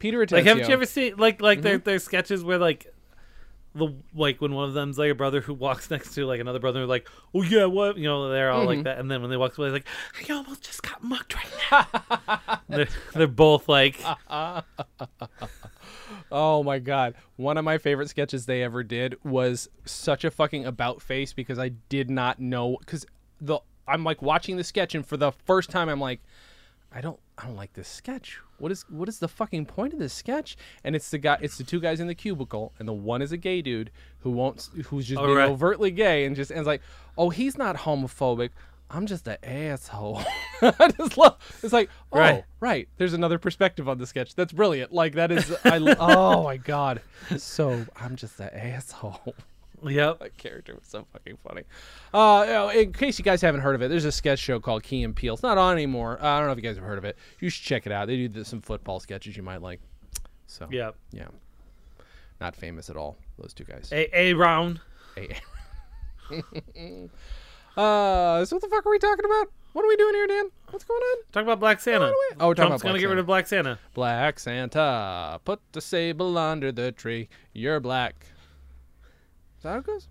B: Peter Atencio.
A: Like, haven't you ever seen like like their
B: Mm-hmm.
A: their sketches where like the like when one of them's like a brother who walks next to like another brother, and they're like, oh yeah, what you know, they're all
B: Mm-hmm.
A: like that, and then when they walk away, like, I almost just got mugged right now. [laughs] they're, they're both
B: [laughs]
A: like,
B: Oh my god. One of my favorite sketches they ever did was such a fucking about face because I did not know cuz the I'm like watching the sketch and for the first time I'm like I don't I don't like this sketch. What is what is the fucking point of this sketch? And it's the guy it's the two guys in the cubicle and the one is a gay dude who won't who's just
A: All
B: being
A: right.
B: overtly gay and just ends like, "Oh, he's not homophobic. I'm just an asshole." [laughs] I just love it's like, "Oh,
A: Right.
B: Right. There's another perspective on the sketch. That's brilliant. Like that is [laughs] I oh my god. So I'm just that asshole. [laughs]
A: yep,
B: That character was so fucking funny. Uh, you know, in case you guys haven't heard of it, there's a sketch show called Key and Peele. It's not on anymore. Uh, I don't know if you guys have heard of it. You should check it out. They do th- some football sketches you might like. So
A: yep,
B: yeah. Not famous at all. Those two guys.
A: a a round.
B: [laughs] uh, so what the fuck are we talking about? What are we doing here, Dan? What's going on?
A: Talk about Black Santa.
B: Oh, we're talking
A: Trump's
B: about
A: gonna
B: Black
A: get rid
B: Santa.
A: of Black Santa.
B: Black Santa, put the sable under the tree. You're black. Is that how it goes?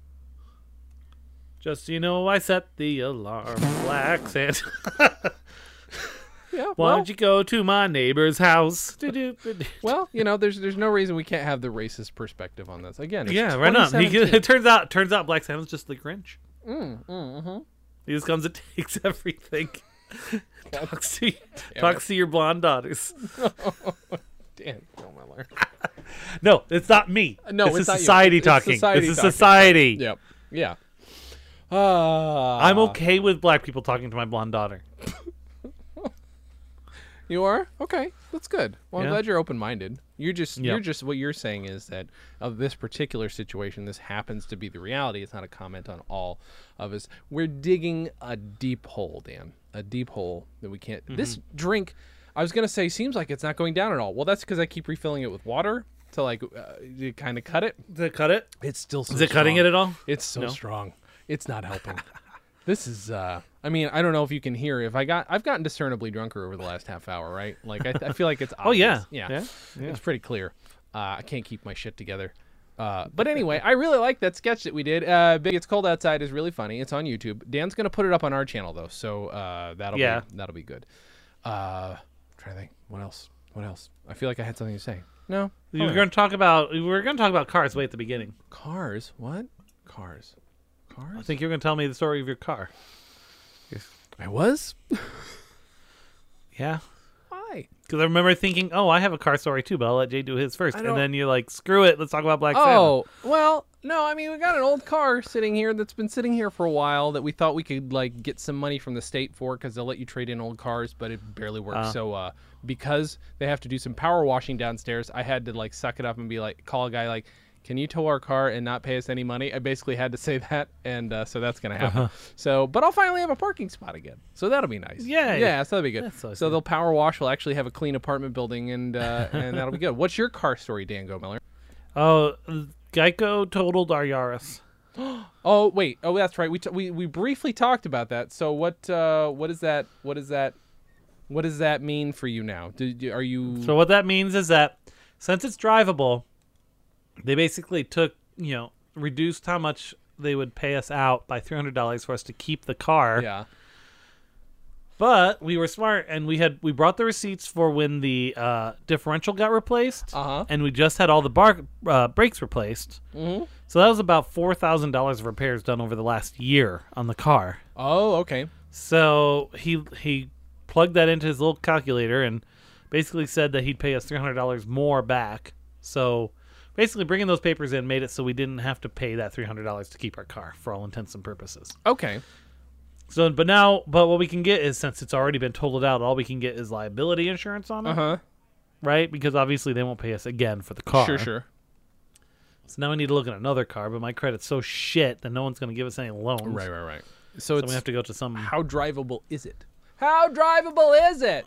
A: Just so you know, I set the
B: [laughs]
A: alarm. Black Santa.
B: Yeah.
A: Why
B: well,
A: don't you go to my neighbor's house? Do-do-do-do.
B: well, you know, there's there's no reason we can't have the racist perspective on this. Again, it's
A: [laughs] yeah, right on. He, it
B: 2017.
A: [laughs] turns out, turns out, Black Santa's just the Grinch.
B: Mm, mm, mhm.
A: He just comes and [laughs] takes
B: [laughs]
A: everything. talks to,
B: damn
A: talks to your blonde daughters.
B: Dan Bill Miller.
A: No, it's not me.
B: Uh, No,
A: this
B: it's
A: is
B: not you.
A: society
B: It's
A: talking.
B: society
A: this is
B: talking.
A: society.
B: Yep. Yeah. Uh,
A: I'm okay with black people talking to my blonde daughter.
B: You are okay. That's good. Well, I'm
A: Yeah.
B: glad you're open-minded. You're just
A: Yeah.
B: you're just what you're saying is that of this particular situation, this happens to be the reality. It's not a comment on all of us. We're digging a deep hole, Dan. A deep hole that we can't. This
A: Mm-hmm.
B: drink, I was gonna say, seems like it's not going down at all. Well, that's because I keep refilling it with water to like uh, kind of cut it.
A: Does it cut it?
B: It's still so
A: Is it cutting it
B: strong.
A: at all?
B: It's so
A: No.
B: strong. It's not
A: [laughs]
B: helping. this is uh I mean, I don't know if you can hear if I got I've gotten discernibly drunker over the last half hour, right? Like I, I feel
A: [laughs]
B: like it's obvious.
A: Oh, yeah.
B: yeah.
A: Yeah,
B: It's pretty clear. Uh, I can't keep my shit together.
A: [laughs]
B: Uh, but anyway, I really like that sketch that we did. Uh, Big It's Cold Outside is really funny. It's on YouTube. Dan's gonna put it up on our channel though, so uh, that'll
A: Yeah.
B: be that'll be good. Uh, trying to think, what else? What else? I feel like I had something to say. No, Oh,
A: We were going to talk about we were going to talk about cars way at the beginning.
B: cars. What cars? Cars.
A: I think you're going to tell me the story of your car.
B: I was.
A: Yeah.
B: Why? Why?
A: Because I remember thinking, oh, I have a car story too, but I'll let Jay do his first.
B: I
A: And
B: don't-
A: then you're like, screw it, let's talk about Black Sabbath.
B: Oh, well, no, I mean, we got an old car sitting here that's been sitting here for a while that we thought we could, like, get some money from the state for because they'll let you trade in old cars, but it barely works. so, uh, because they have to do some power washing downstairs, I had to, like, suck it up and be like, call a guy, like, can you tow our car and not pay us any money? I basically had to say [laughs] that, and uh, so that's gonna happen. So, but I'll finally have a parking spot again, so that'll be nice.
A: Yay.
B: yeah, so that'll be good.
A: That's always
B: so
A: good.
B: they'll power wash. We'll actually have a clean apartment building, and uh, and that'll be good. What's your car story, Dan Go Miller?
A: Oh, Geico totaled our Yaris.
B: Oh wait, oh that's right. We t- we we briefly talked about that. So what uh what is that? What is that? What does that mean for you now? Did you, are you
A: So what that means is that since it's drivable, they basically took you know reduced how much they would pay us out by three hundred dollars for us to keep the car.
B: yeah
A: But we were smart and we had we brought the receipts for when the uh, differential got replaced,
B: Uh-huh.
A: and we just had all the bar uh, brakes replaced. Mm-hmm. So that was about four thousand dollars of repairs done over the last year on the car.
B: oh okay
A: So he he plugged that into his little calculator and basically said that he'd pay us three hundred dollars more back. So basically, bringing those papers in made it so we didn't have to pay that three hundred dollars to keep our car for all intents and purposes.
B: okay
A: So, but now, but what we can get is since it's already been totaled out, all we can get is liability insurance on it,
B: uh huh
A: right? Because obviously they won't pay us again for the car.
B: sure sure
A: So now I need to look at another car, but my credit's so shit that no one's going to give us any loans.
B: right right right. So,
A: So
B: it's
A: we have to go to some.
B: how drivable is it? How drivable is it?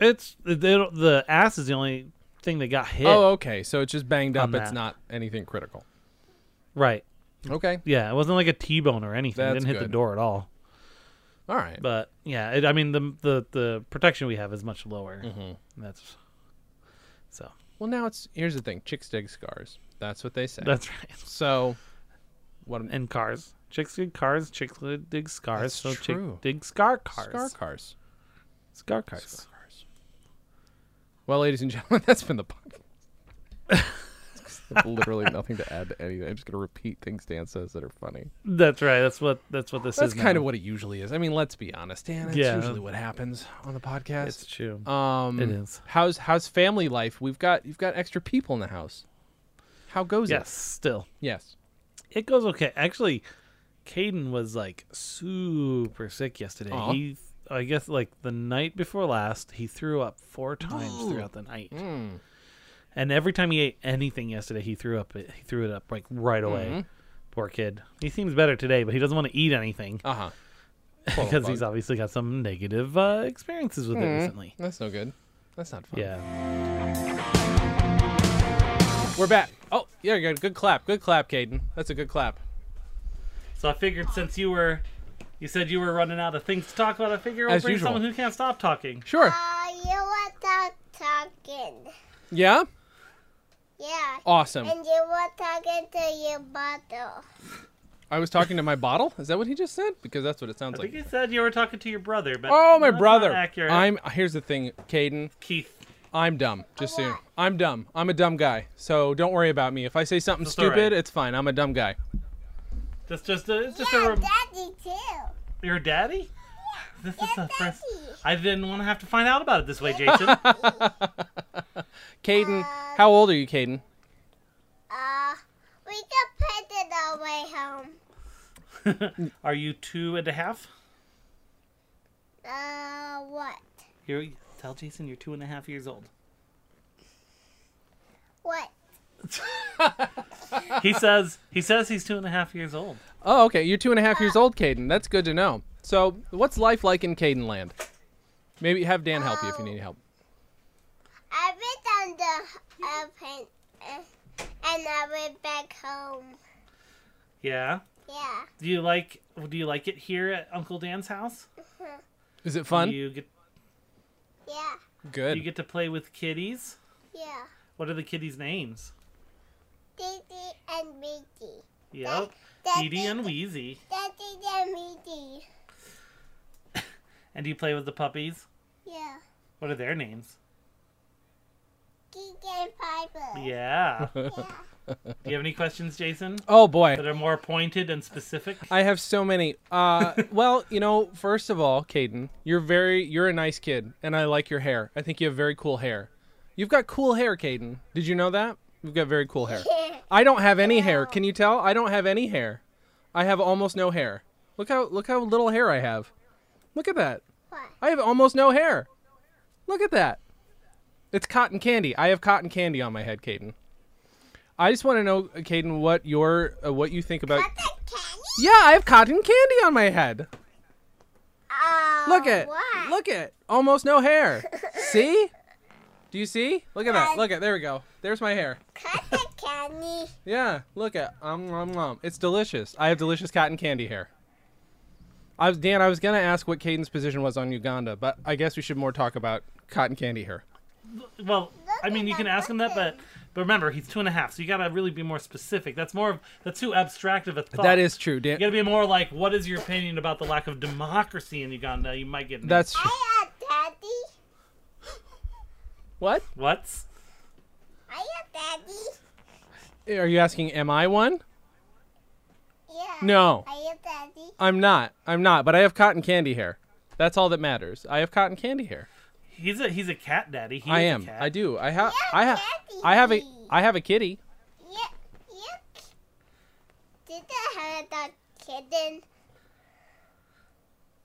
A: It's they don't- the ass is the only thing that got hit.
B: Oh okay, so it's just banged up.
A: On
B: It's
A: that.
B: not anything critical.
A: Right.
B: Okay,
A: Yeah, it wasn't like a T-bone or anything.
B: That's
A: it didn't hit the
B: good.
A: door at all.
B: all right.
A: But yeah, it, I mean the the the protection we have is much lower.
B: Mm-hmm.
A: That's so.
B: well now it's here's the thing: chicks dig scars. That's what they say.
A: That's right.
B: so what? am-
A: And cars, chicks dig cars, chicks dig scars.
B: That's
A: so
B: true.
A: chick dig scar cars.
B: Scar cars.
A: Scar cars.
B: Well, ladies and gentlemen, [laughs] that's been the podcast. [laughs] I have literally nothing to add to anything. I'm just going to repeat things Dan says that are funny.
A: That's right. That's what that's what this
B: That's
A: is.
B: kind
A: now.
B: of what it usually is. I mean, let's be honest, Dan. It's
A: Yeah.
B: usually what happens on the podcast.
A: it's true.
B: um,
A: it is.
B: How's how's family life? We've got you've got extra people in the house. How goes
A: yes,
B: it?
A: still
B: Yes.
A: it goes okay. Actually, Caden was like super sick yesterday.
B: Aw.
A: He, I guess, like the night before last, he threw up four times
B: Ooh.
A: throughout the night.
B: Mm.
A: And every time he ate anything yesterday, he threw up. It, he threw it up like right away.
B: Mhm.
A: Poor kid. He seems better today, but he doesn't want to eat anything [laughs]
B: Uh huh.
A: because he's obviously got some negative uh, experiences with
B: Mm-hmm.
A: it recently.
B: That's no good. That's not fun.
A: Yeah.
B: We're back. Oh, yeah, good. Good clap. Good clap, Caden. That's a good clap.
A: So I figured since you were, you said you were running out of things to talk about, I figure I'll
B: As
A: bring
B: usual.
A: someone who can't stop talking.
B: Sure.
D: Are Uh, you were talking?
B: Yeah.
D: Yeah.
A: Um.
B: Awesome.
D: And you were talking to your bottle.
B: I was talking to my bottle. Is that what he just said? Because that's what it sounds
A: I
B: like.
A: think you said you were talking to your brother, but
B: [laughs] Oh, my
A: that's not
B: brother.
A: accurate.
B: I'm here's the thing, Caden.
A: Keith.
B: I'm dumb. Just so you know.
D: what?
B: I'm dumb. I'm a dumb guy. So don't worry about me. If I say something
A: That's all
B: stupid,
A: right.
B: it's fine. I'm a dumb guy.
A: That's just a, it's just a
D: Yeah,
A: rem-
D: daddy too.
A: your daddy. This is the first.
D: Daddy.
A: I didn't want to have to find out about it this way, Jason.
B: [laughs]
A: [laughs]
B: Caden, how old are you, Caden?
D: Uh, we can put it our way home.
A: Are you two and a half?
D: Uh, what?
A: You're, tell Jason you're two and a half years
B: [laughs]
A: old.
D: What?
A: He says he says he's two and a half years old.
B: Oh, okay. You're two and a half years old, Caden. That's good to know. So what's life like in Caden land? Maybe have Dan help you if you need help.
D: I went on the airplane uh, and I went back home.
A: Yeah.
D: Yeah.
A: Do you like do you like it here at Uncle Dan's house?
B: Is it fun?
A: You get
D: Yeah.
A: you
B: Good.
A: get to play with kitties.
D: Yeah.
A: What are the kitties' names?
D: Didi and Meaty.
A: Yep.
D: Daddy,
A: Edie and Wheezy.
D: Daddy and Meaty.
A: And do you play with the puppies?
D: Yeah.
A: What are their names?
D: Geek and
B: [laughs]
D: Piper.
A: Yeah.
D: Yeah.
A: Do you have any questions, Jason,
B: Oh boy.
A: that are more pointed and specific?
B: I have so many. Uh, well, you know, first of all, Caden, you're very, you're a nice kid, and I like your hair. I think you have very cool hair. You've got cool hair, Caden. Did you know that? You've got very cool hair. I don't have any hair. Can you tell? I don't have any hair. I have almost no hair. Look how, look how little hair I have. Look at that.
D: [laughs] What?
B: I have almost no hair. Look at that. It's cotton candy. I have cotton candy on my head, Caden. I just want to know, Caden, what your, uh, what you think about.
D: What the candy?
B: Yeah, I have cotton candy on my head.
D: Oh,
B: Look at
D: what?
B: look at almost no hair.
D: [laughs]
B: see? Do you see? Look at that.
D: Um,
B: Look at there we go. There's my hair.
D: Cut the
B: [laughs]
D: candy.
B: Yeah, look at um um um. It's delicious. I have delicious cotton candy hair. I was Dan. I was gonna ask what Caden's position was on Uganda, but I guess we should more talk about cotton candy hair.
A: Well, I
D: at
A: mean, you
D: that
A: can ask him that, but but remember, he's two and a half, so you gotta really be more specific. That's more of that's too abstract of a thought.
B: That is true, Dan.
A: You gotta be more like, what is your opinion about the lack of democracy in Uganda? You might get
B: That's true.
D: I have daddy.
B: What?
A: what's
D: I have daddy.
B: Are you asking? Am I one?
D: Yeah.
B: No.
D: Are you daddy?
B: I'm not. I'm not. But I have cotton candy hair. That's all that matters. I have cotton candy hair.
A: he's a he's a cat daddy. He
B: I
A: is a
B: am.
A: cat.
B: I do. I have.
D: Yeah,
B: I have.
D: daddy.
B: I have a. I have a kitty.
D: Yeah, yeah. Did I have that kitten?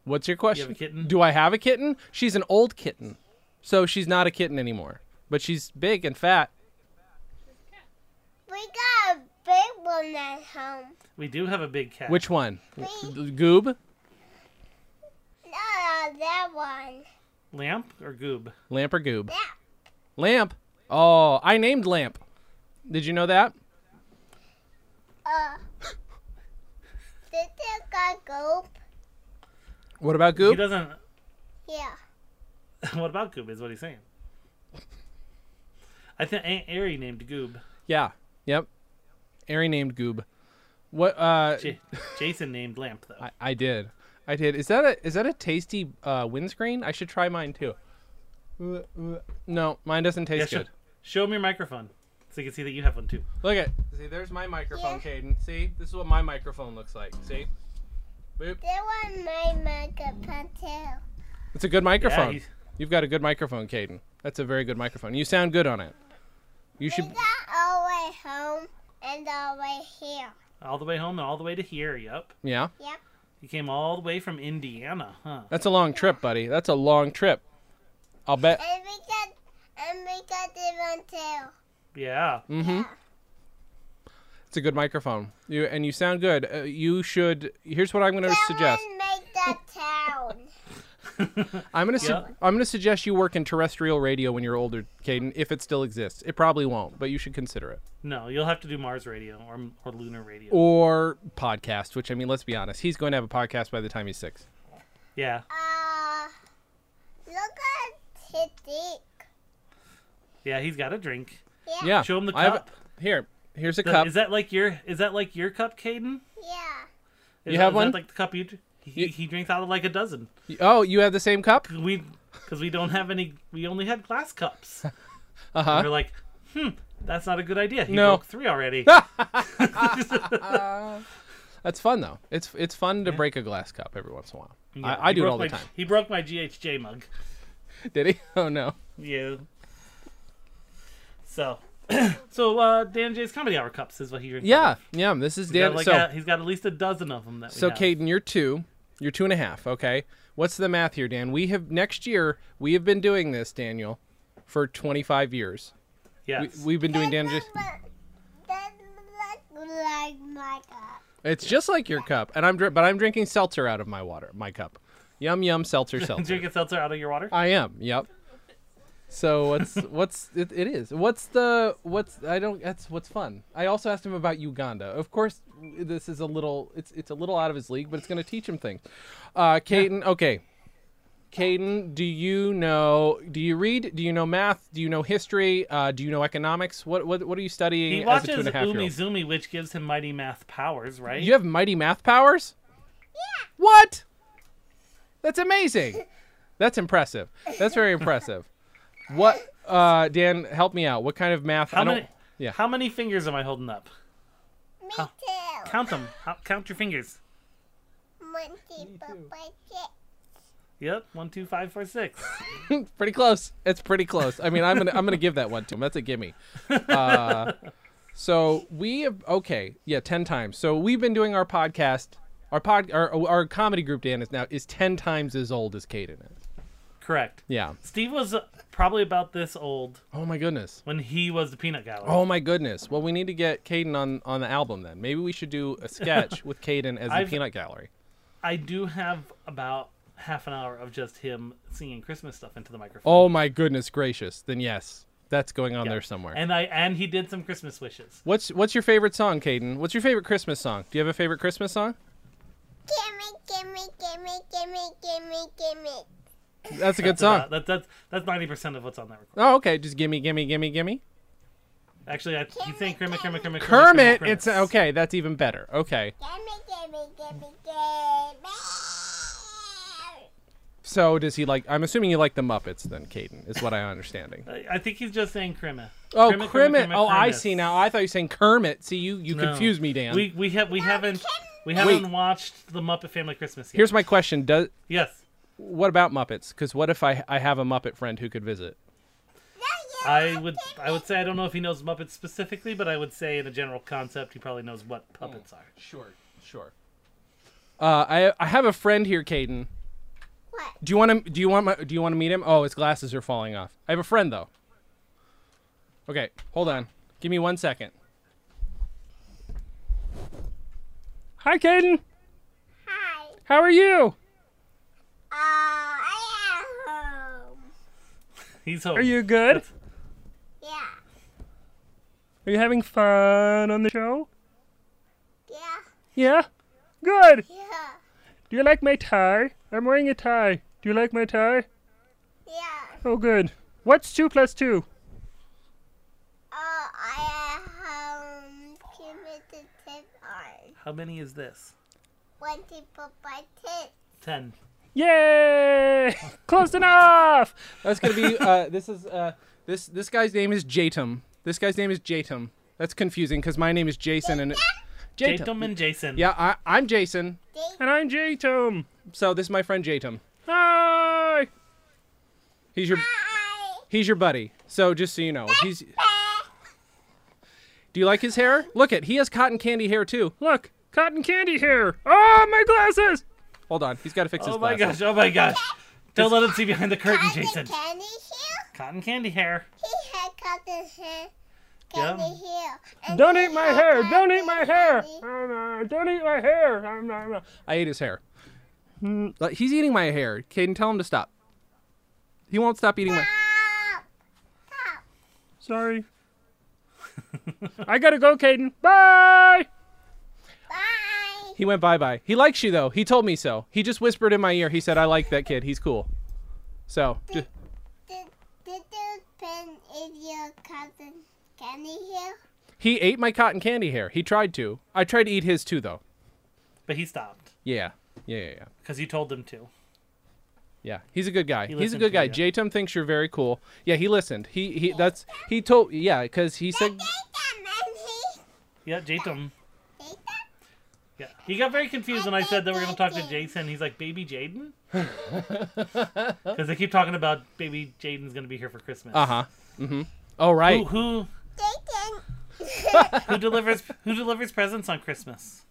B: What's your question?
A: kitten?
B: Do I have a kitten? She's an old kitten, so she's not a kitten anymore. But she's big and fat.
D: We got a big one at home.
A: We do have a big cat.
B: Which one?
D: We
B: Goob,
D: no, no, that one.
A: lamp or goob?
B: Lamp or Goob?
D: That
B: Lamp. Oh, I named Lamp. Did you know that? [gasps]
D: uh. Did they got goop?
B: What about
A: He
B: Goob?
A: doesn't. [laughs]
D: Yeah.
A: What about goob? Is what he's saying. I think Aunt Airy named Goob.
B: Yeah. Yep. Ari named Goob. What? Uh,
A: J-
B: [laughs]
A: Jason named Lamp though.
B: I, I did. I did. Is that a is that a tasty uh, windscreen? I should try mine too. Uh, No, mine doesn't
A: Yeah,
B: taste
A: show,
B: good.
A: show him your microphone so you can see that you have one too.
B: Look at. See, there's my microphone, Caden. See, this is what my microphone looks like. See. Boop.
D: That one my microphone too.
B: It's a good
A: Yeah,
B: microphone.
A: he's-
B: You've got a good microphone, Caden. That's a very good microphone. You sound good on it. You
D: We
B: should.
D: got all the way home and all the way here.
A: all the way home and all the way to here. Yep,
B: Yeah.
D: Yep.
A: you came all the way from Indiana, huh?
B: That's a long trip, buddy. That's a long trip. I'll bet.
D: And we got and we got the one too.
A: Yeah.
B: Mm-hmm. It's a good microphone. You and you sound good. Uh, you should. Here's what I'm going to
D: That
B: suggest.
D: one make the town. [laughs]
B: I'm gonna su-
A: Yeah.
B: I'm gonna suggest you work in terrestrial radio when you're older, Caden, if it still exists. It probably won't, but you should consider it.
A: No, you'll have to do Mars radio or or lunar radio.
B: Or podcast, which I mean, let's be honest, he's going to have a podcast by the time he's six.
A: Yeah,
D: Uh, look at his dick.
A: yeah. He's got a drink.
D: Yeah.
B: Yeah.
A: Show him the
B: I have a-
A: cup.
B: here, here's a
A: Th-
B: cup.
A: Is that like your is that like your cup, Caden?
D: Yeah.
A: Is
B: You
A: that,
B: have
A: is
B: one?
A: That like the cup you dr- he,
B: You-
A: he drinks out of like a dozen.
B: oh, you have the same cup?
A: We because we don't have any. We only had glass
B: [laughs]
A: cups.
B: Uh
A: We're
B: huh.
A: like, hmm, that's not a good idea. He
B: No.
A: broke three
B: [laughs]
A: already. [laughs]
B: That's fun though. It's it's fun to break a glass cup every once in a while.
A: Yeah,
B: I, I
A: he
B: do it
A: broke
B: all the
A: my-
B: time. [laughs]
A: He broke my GHJ mug.
B: Did he? [laughs] Oh no.
A: Yeah. So, [clears throat] so uh, Dan J's comedy hour cups is what he drinks.
B: Yeah, yeah. This is
A: He's got
B: Dan.
A: like
B: so
A: a- he's got at least a dozen of them. That we
B: So,
A: have.
B: Caden, you're two. You're two and a half. Okay. What's the math here, Dan? We have next year. We have been doing this, Daniel, for 25 years.
A: yes.
B: We, we've been doing Dan.
D: That
B: Just,
D: look- That look like my cup.
B: it's just like your cup, and I'm dri- but I'm drinking seltzer out of my water, my cup. Yum
A: [laughs]
B: yum seltzer seltzer.
A: drinking seltzer out of your water.
B: I am. Yep.
A: [laughs]
B: So what's what's it, it is what's the what's I don't that's what's fun. I also asked him about Uganda. Of course, this is a little it's it's a little out of his league, but it's going to teach him things. Uh, Caden, okay. Caden, do you know? Do you read? Do you know math? Do you know history? Uh, do you know economics? What what what are you
A: He
B: studying as a two
A: watches
B: and a half year
A: Umi
B: old?
A: Zoomy, which gives him mighty math powers, right?
B: You have mighty math powers? Yeah. What? That's amazing. That's impressive. That's very impressive. What uh Dan, help me out. What kind of math
A: How
B: I don't
A: many?
B: Yeah.
A: How many fingers am I holding up?
D: Me
A: Huh.
D: too.
A: Count them. How, count your fingers.
D: Monkey Papa Chick.
A: Yep. One, two, five, four, six.
B: [laughs] pretty close. It's pretty close. I mean, I'm gonna I'm gonna give that one to him. That's a gimme. Uh, so we have okay, yeah, ten times. So we've been doing our podcast. Our pod, our, our comedy group, Dan, is now is ten times as old as Caden is.
A: Correct.
B: Yeah.
A: Steve was uh, probably about this old
B: Oh my goodness.
A: when he was the peanut gallery.
B: Oh my goodness. Well, we need to get Caden on on the album then. Maybe we
A: [laughs]
B: should do a sketch with Caden as the
A: I've-
B: Peanut Gallery.
A: I do have about half an hour of just him singing Christmas stuff into the microphone.
B: Oh my goodness gracious. Then yes, that's going on
A: Yeah.
B: there somewhere.
A: And I and he did some Christmas wishes.
B: what's what's your favorite song, Caden? What's your favorite Christmas song? Do you have a favorite Christmas song?
D: Gimme, gimme, gimme, gimme, gimme, gimme.
B: That's a
A: [laughs]
B: good
A: That's
B: song.
A: about- Uh, that, that's that's ninety percent of what's on that record.
B: Oh, okay. Just gimme, gimme, gimme, gimme.
A: Actually, I, he's saying Kermit, Kermit, Kermit,
B: Kermit.
A: Kermit,
B: It's okay. That's even better. Okay.
D: Gimme, gimme, gimme, gimme.
B: So does he like? I'm assuming you like the Muppets then, Caden, is what
A: [laughs]
B: I'm understanding.
A: I I think he's just saying Kermit.
B: Oh, Kermit. oh, I see now. I thought you were saying Kermit. See, you you
A: No.
B: confused me, Dan.
A: We we have we haven't we
B: Wait.
A: haven't watched the Muppet Family Christmas yet.
B: Here's my question. Does
A: yes,
B: what about Muppets? Because what if I I have a Muppet friend who could visit?
A: I would I would say I don't know if he knows Muppets specifically, but I would say in a general concept he probably knows what puppets are.
B: Sure. Sure. Uh, I I have a friend here, Caden.
D: What?
B: Do you want to do you want my, do you want to meet him? Oh, his glasses are falling off. I have a friend though. Okay, hold on. Give me one second. Hi, Caden.
D: Hi.
B: How are you?
D: Uh, I am home.
A: He's home.
B: Are you good?
D: Yeah.
B: Are you having fun on the show?
D: Yeah.
B: Yeah. Good.
D: Yeah.
B: Do you like my tie? I'm wearing a tie. Do you like my tie?
D: Yeah.
B: Oh, good. What's two plus two?
D: Uh, I am home. Give the tip on.
A: How many is this?
D: One tip of my tip.
A: Ten.
B: Yay! [laughs] Close enough. That's gonna be. Uh, this is. Uh, this this guy's name is Jatum. This guy's name is Jatum. That's confusing because my name is Jason and. it-
A: Jatum and Jason.
B: Yeah, I, I'm Jason.
D: They
B: And I'm Jatum. So this is my friend Jatum. Hi. He's your
D: I.
B: he's your buddy. So just so you know, he's. Do you like his hair? Look at he has cotton candy hair too. Look, cotton candy hair. Oh my glasses! Hold on, he's got to fix his
A: Oh my
B: glasses.
A: gosh! Oh my gosh! Don't let him see behind the curtain,
D: Cotton
A: Jason.
D: candy here?
A: Cotton candy hair.
D: He had cotton hair. Candy here. And
B: Don't
D: he
B: eat my
D: had
B: hair! Don't eat my
D: cotton
B: hair!
D: candy.
B: Uh, Don't eat my hair! Um, um, uh. I ate his hair. Mm, like, He's eating my hair. Caden, tell him to stop. He won't stop eating my.
D: Stop. Stop.
B: Sorry. [laughs] I gotta go, Caden. Bye.
D: Bye.
B: He went bye bye. He likes you though. He told me so. He just whispered in my ear. He said, "I like that kid. He's cool." So, ju-
D: Did, did you pen in your cotton candy here?
B: he ate my cotton candy hair. He tried to. I tried to eat his too, though.
A: But he stopped
B: Yeah. Yeah. Yeah. Yeah.
A: because you told him to.
B: Yeah, he's a good guy. he's a
A: listened to
B: good guy.
A: you.
B: Jatum thinks you're very cool. Yeah, he listened. He he that's he told yeah, cuz he said
D: Take them, Mommy.
A: Yeah, Jatum.
D: Take them.
A: Yeah, he got very confused when I said that we're gonna talk to Jason. He's like, "Baby
B: [laughs]
A: Jaden," because they keep talking about baby Jaden's gonna be here for Christmas.
B: uh-huh. Mhm. All
A: Who
B: oh, right.
A: who
D: Take them.
A: [laughs] who delivers who delivers presents on Christmas?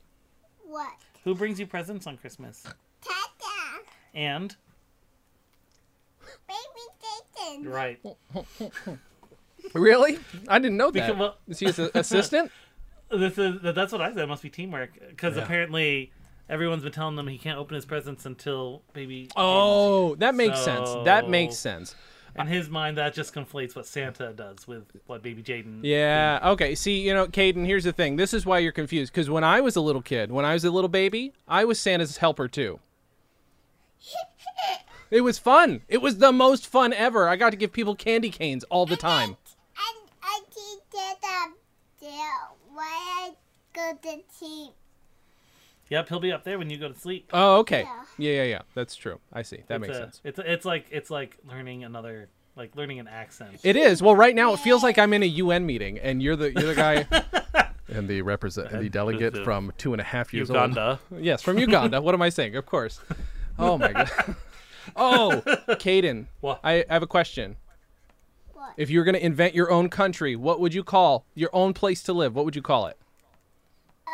D: What?
A: Who brings you presents on Christmas?
D: Tata.
A: And
D: Baby Jason.
A: you're right.
B: Really? I didn't know that.
A: Because- well-
B: Is he his a-
A: [laughs]
B: assistant?
A: This is that's what I said. It must be teamwork because
B: Yeah.
A: apparently everyone's been telling them he can't open his presents until baby. Jaden's-
B: Oh, that makes sense. That makes
A: So-
B: sense.
A: in his mind, that just conflates what Santa does with what baby Jaden.
B: Yeah. Okay. See, you know, Caden, here's the thing. This is why you're confused cuz when I was a little kid, when I was a little baby, I was Santa's helper too. It was fun. It was the most fun ever. I got to give people candy canes all the time.
D: [laughs] And I did that there. Why I go to team?
A: Yep, he'll be up there when you go to sleep.
B: Oh, okay.
D: Yeah.
B: Yeah, yeah, yeah. That's true. I see. That
A: it's
B: makes
A: a-
B: sense.
A: It's a- it's like it's like learning another like learning an accent.
E: It is. Well, right now it feels like I'm in a UN meeting, and you're the you're the guy
A: [laughs]
E: and the represent the delegate
A: the-
E: from two and a half years old.
A: Uganda.
E: Yes, from Uganda. what am I saying? Of course. Oh
A: [laughs]
E: my god. Oh, Caden.
A: What?
E: I I have a question.
D: What?
E: If you were going to invent your own country, what would you call your own place to live? What would you call it?
D: Uh,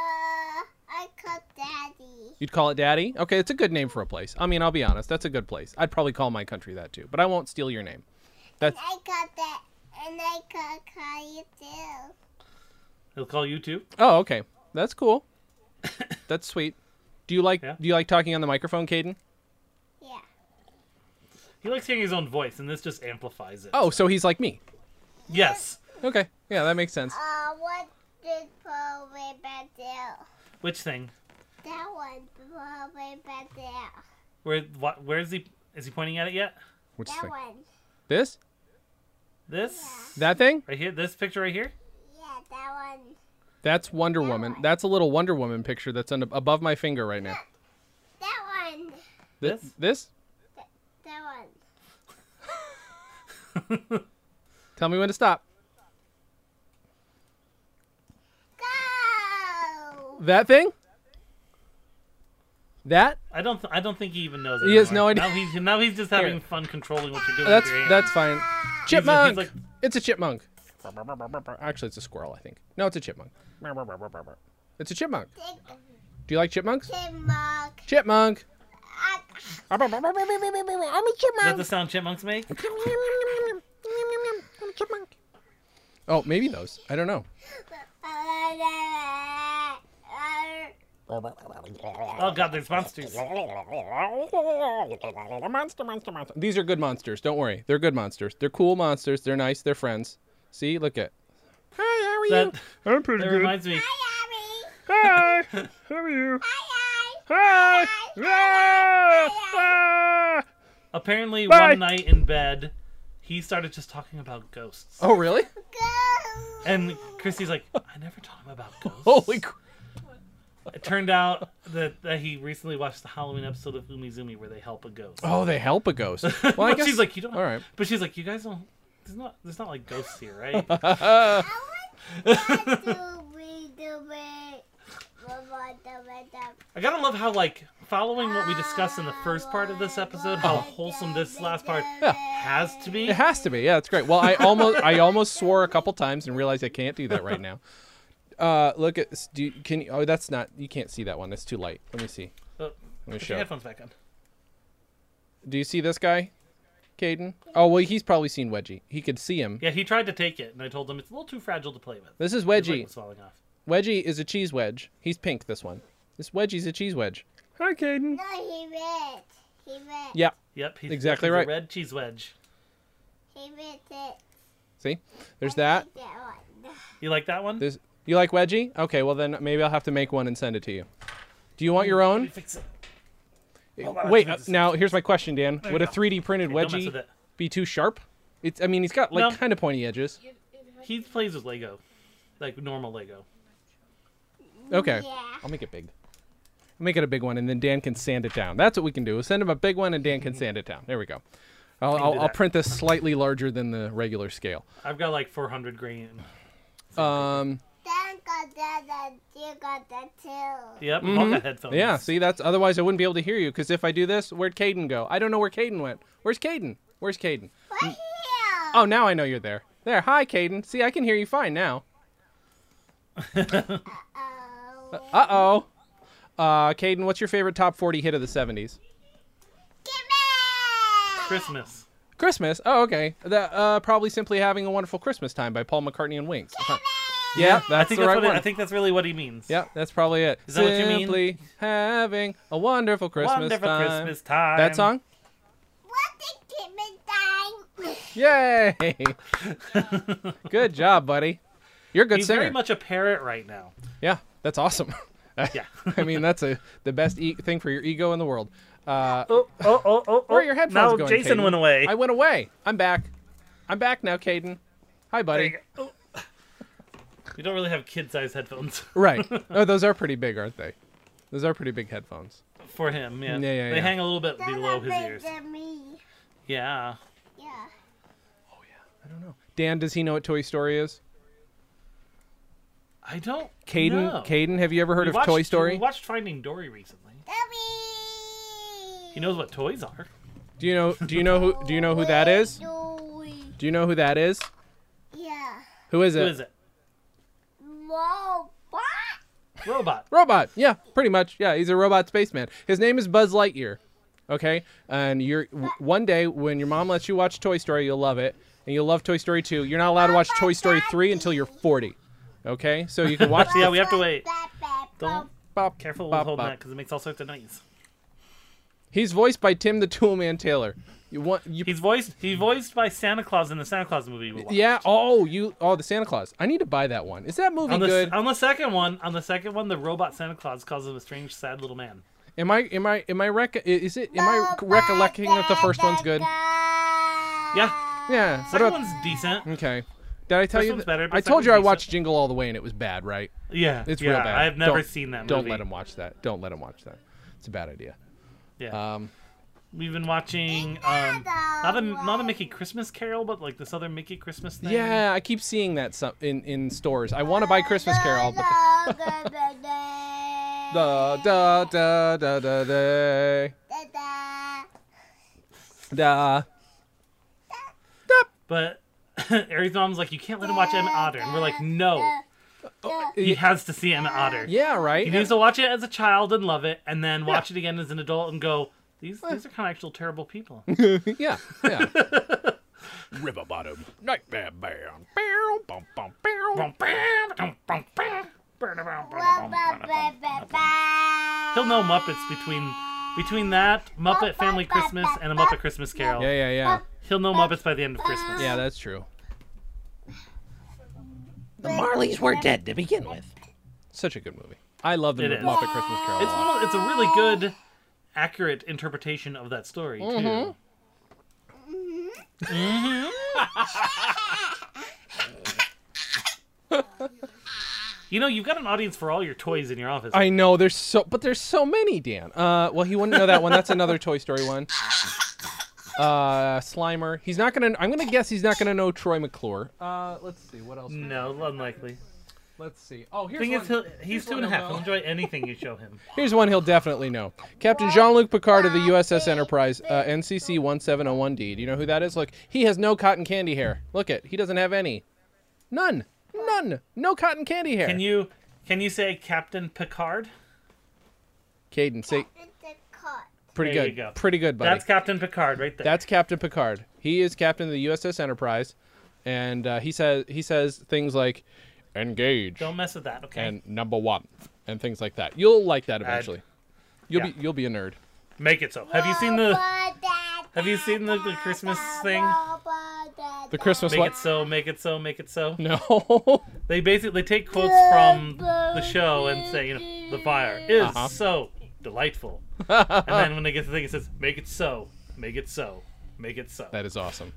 D: I call daddy.
E: You'd call it Daddy? Okay, it's a good name for a place. I mean, I'll be honest, that's a good place. I'd probably call my country that too, but I won't steal your name. That's
D: I call that, and I call call you too.
A: He'll call you too.
E: Oh, okay. That's
A: [coughs]
E: cool. That's sweet. Do you like
A: Yeah.
E: do you like talking on the microphone, Caden?
D: Yeah.
A: He likes hearing his own voice, and this just amplifies it.
E: Oh, so he's like me.
A: Yes.
E: Okay. Yeah, that makes sense.
D: Uh, what did Paul way back there?
A: Which thing?
D: That one, Paul way back there.
A: Where? What? Where is he? Is he pointing at it yet?
E: Which
D: That
E: thing?
D: one.
E: This?
A: This
E: That thing?
A: right here. This picture right here.
D: Yeah, that one.
E: That's Wonder Woman. That's a little Wonder Woman picture that's on, above my finger right now.
D: That one.
E: Th-
A: This?
E: This?
D: That one.
E: Tell me when to stop.
D: Go!
E: That thing? That?
A: I don't. Th- I don't think he even knows.
E: He has
A: anymore.
E: no
A: Now
E: idea.
A: he's now he's just having
E: Here.
A: fun controlling what you're doing.
E: That's
A: with your hand.
E: that's fine.
A: he's
E: Chipmunk.
A: like-
E: It's a chipmunk. Actually, it's a squirrel, I think. No, it's a chipmunk. It's a chipmunk.
D: Take
E: Do you like chipmunks?
D: a mark.
E: Chipmunk.
D: I,
E: I'm a
A: Is that
E: chipmunk.
A: the sound chipmunks make?
E: I'm a chipmunk. Oh, maybe those. I don't know.
A: Oh god, there's monsters.
B: Monster, monster, monster.
E: These are good monsters. Don't worry. They're good monsters. They're cool monsters. They're nice. They're friends. See? Look at. Hi, how are you?
A: That,
B: I'm pretty
A: that
B: good.
A: reminds me.
D: Hi,
A: [laughs]
B: Hi. How are you?
D: Hi,
B: Hi. Ah, ah.
A: Apparently,
B: Bye.
A: one night in bed, he started just talking about ghosts.
E: Oh, really?
D: Go!
A: And Christy's like, I never taught him
E: [laughs]
A: about ghosts.
E: [laughs] Holy. Cr-
A: It turned out that, that he recently watched the Halloween episode of Umizoomi where they help a ghost.
E: oh, they help
A: [laughs]
E: a ghost. Well, I
A: But
E: guess.
A: she's like, you don't.
E: All right.
A: But she's like, you guys don't. There's not. There's not like ghosts here, right?
D: I want to read the way.
A: I gotta love how like following what we discussed in the first part of this episode, how wholesome this last part has to be.
E: It has to be. Yeah, it's great. Well, I almost I almost swore a couple times and realized I can't do that right now. Uh, look at s- do you, can you, oh that's not you can't see that one. It's too light. Let me see.
A: Oh,
E: Let me
A: put your
E: show.
A: headphones back on.
E: Do you see this guy, Caden? Oh well, he's probably seen Wedgie. He could see him.
A: Yeah, he tried to take it, and I told him it's a little too fragile to play with.
E: This is
A: His leg
E: Wedgie.
A: was falling off.
E: Wedgie is a cheese wedge. He's pink. This one. This Wedgie's a cheese wedge. Hi, Caden.
D: No, he read. He read.
E: Yeah.
A: Yep, he's
E: Exactly
A: he's
E: right.
A: A red cheese wedge.
D: He read it.
E: See, there's
D: I
E: that.
D: like that one.
A: You like that one?
E: There's you like Wedgie? Okay, well then maybe I'll have to make one and send it to you. Do you want your
A: Let me
E: own?
A: fix it.
E: Wait, uh, now here's my question, Dan. Would
A: you
E: a
A: go.
E: 3D printed
A: Don't mess with
E: wedgie
A: it.
E: be too sharp? It's. I mean, he's got like
A: No.
E: kind of pointy edges.
A: He plays with Lego, like normal Lego.
E: Okay,
D: Yeah.
E: I'll make it big. I'll make it a big one, and then Dan can sand it down. That's what we can do. Is send him a big one, and Dan can sand it down. There we go. I'll,
A: do
E: I'll, I'll
A: that.
E: print this slightly larger than the regular scale.
A: I've got like 400 green.
E: Um,
D: Dan got that, and you got that too.
A: Yep, mm got headphones.
E: Mm-hmm. yeah. See, that's otherwise I wouldn't be able to hear you because if I do this, where'd Caden go? I don't know where Caden went. Where's Caden? Where's Caden?
D: We're here.
E: Oh, now I know you're there. There. Hi, Caden. See, I can hear you fine now.
D: Oh.
E: Uh oh. Uh, Caden, what's your favorite top 40 hit of the 70s?
D: Give me!
A: Christmas.
E: Christmas. Oh, okay. The, uh, probably simply having a wonderful Christmas time by Paul McCartney and Wings. Huh. Yeah, that's
A: I think
E: the
A: that's
E: right
A: what it-
E: one.
A: I think that's really what he means.
E: yeah, that's probably it.
A: Is that what you mean?
E: simply having a wonderful Christmas
A: Wonderful
E: time.
A: Christmas time.
E: That song?
D: What the give me time?
E: Yay!
A: [laughs]
E: good job, buddy. You're a good
A: He's
E: singer.
A: very much a parrot right now.
E: yeah, that's awesome. [laughs]
A: Yeah. [laughs] Oh,
E: I mean, that's a the best e- thing for your ego in the world. Uh,
A: Oh, oh, oh, oh,
E: Where are your headphones
A: now
E: going,
A: Jason
E: Caden?
A: went away.
E: I went away. I'm back. I'm back now, Caden. Hi, buddy.
A: Oh. [laughs] We don't really have kid-sized headphones [laughs]
E: Right. Oh, those are pretty big, aren't they? Those are pretty big headphones.
A: for him. Yeah.
E: Yeah, yeah,
A: They
E: yeah.
A: hang a little bit
D: That
A: below
D: one
A: his ears.
D: bigger than me.
A: Yeah.
D: Yeah.
E: I don't know. Dan, does he know what Toy Story is?
A: I don't.
E: Caden,
A: know.
E: Caden, have you ever heard
A: We
E: of
A: watched-
E: Toy Story?
A: We watched Finding Dory recently.
D: Dobby.
A: He knows what toys are.
E: Do you know? Do you know who? Do you know who that is?
D: Dobby.
E: Do you know who that is?
D: Yeah.
E: Who is
A: Who
E: it?
A: is it?
D: Whoa, what?
A: Robot.
E: Robot. Yeah, pretty much. Yeah, he's a robot spaceman. His name is Buzz Lightyear. Okay, and you're w- one day when your mom lets you watch Toy Story, you'll love it, and you'll love Toy Story 2. You're not allowed to watch Toy Story 3 until you're 40. Okay, so you can watch
A: Yeah,
E: the
A: we have to wait. Don't.
E: bop,
A: Careful with
E: bop,
A: holding
E: bop.
A: that because it makes all sorts of noise.
E: He's voiced by Tim the Toolman Taylor. You want you?
A: He's voiced. He voiced by Santa Claus in the Santa Claus movie. We watched.
E: Yeah. Oh, you. Oh, the Santa Claus. I need to buy that one. Is that movie
A: On the, uh
E: good?
A: on the second one, on the second one, the robot Santa Claus calls him a strange, sad little man.
E: Am I? Am I? Am I? Rec- is it? Am I recollecting that the first one's good?
A: Yeah.
E: Yeah. What
A: Second
E: about?
A: one's decent.
E: Okay. Did I tell
A: First
E: you?
A: one's
E: that-
A: better, but
E: I told
A: second
E: you I
A: one's
E: watched
A: decent.
E: Jingle All the Way and it was bad, right?
A: Yeah,
E: It's
A: yeah,
E: real bad.
A: I've never
E: Don't-
A: seen that.
E: Don't
A: movie.
E: let him watch that. Don't let him watch that. It's a bad idea.
A: Yeah,
E: Um,
A: we've been watching um, not a not a Mickey Christmas Carol, but like this other Mickey Christmas thing.
E: yeah, I keep seeing that some in, in stores. I want to buy Christmas Carol, but da da da da da da da.
A: But [laughs] Aries' mom's like, you can't let him watch Emma Otter, and we're like, no,
E: Oh,
A: he has to see Emma Otter.
E: Yeah, right.
A: He needs to watch it as a child and love it, and then watch it again as an adult and go, these these are kind of actual terrible people.
E: [laughs] yeah,
A: [laughs]
E: yeah.
B: River bottom. Nightmare bam. Bow, bum, bum, bow.
A: He'll know Muppets between between that Muppet Family Christmas and a Muppet Christmas Carol.
E: Yeah, yeah, yeah.
A: He'll know Muppets by the end of Christmas.
E: Yeah, that's true.
F: The Marleys were dead to begin with.
E: Such a good movie. I love the
A: It is.
E: Muppet Christmas Carol. a
A: It's
E: lot.
A: one of- it's a really good, accurate interpretation of that story too.
E: Mm-hmm.
A: Mhm. Mm-hmm. [laughs] you know, you've got an audience for all your toys in your office.
E: I know there's so, but there's so many, Dan. Uh, well, he wouldn't know that one. That's another Toy Story one. Uh, Slimer. He's not gonna. I'm gonna guess he's not gonna know Troy McClure. Uh, let's see what else.
A: no, unlikely.
E: Let's see. Oh, here's
A: Thing
E: one.
A: is, he'll, he's two
E: one
A: and a half. He'll
E: he'll know.
A: enjoy anything you show
E: [laughs]
A: him.
E: Here's one he'll definitely know. Captain Jean-Luc Picard of the USS Enterprise, uh, NCC 1701D. Do you know who that is? Look, he has no cotton candy hair. Look it. He doesn't have any. None. None. No cotton candy hair.
A: Can you can you say Captain Picard?
E: Caden, say pretty
A: There you
E: good.
A: go.
E: Pretty good, buddy.
A: That's Captain Picard right there.
E: That's Captain Picard. He is captain of the USS Enterprise, and uh, he says he says things like "engage"
A: don't mess with that. Okay.
E: and "number one" and things like that. You'll like that eventually. you'll
A: yeah.
E: be you'll be a nerd.
A: Make it so. Have you seen the
D: Have
A: you seen the- the Christmas thing?
E: The Christmas
A: Make
E: one.
A: it so, make it so, make it so.
E: [laughs] No.
A: They basically take quotes from the show and say, you know, the fire is
E: Uh-huh.
A: so
E: [laughs]
A: delightful. and then when they get to the thing, it says, make it so, make it so, make it so.
E: that
A: [laughs]
E: is awesome.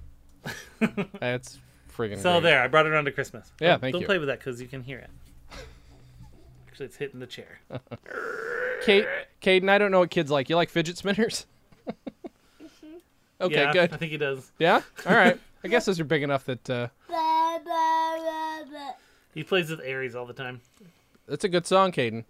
E: That's friggin'
A: so
E: great.
A: there, I brought it on to Christmas.
E: Yeah,
A: Don't-
E: thank
A: Don't
E: you.
A: play with that because you can
E: [laughs]
A: hear it. Actually, it's hitting the chair.
E: Kate, Caden, I don't know what kids like. You like fidget spinners? [laughs] okay,
A: yeah, I
E: good.
A: think he does.
E: Yeah. All right. I guess those are big enough that uh,
A: He plays with Aries all the time.
E: that's a good song, Caden.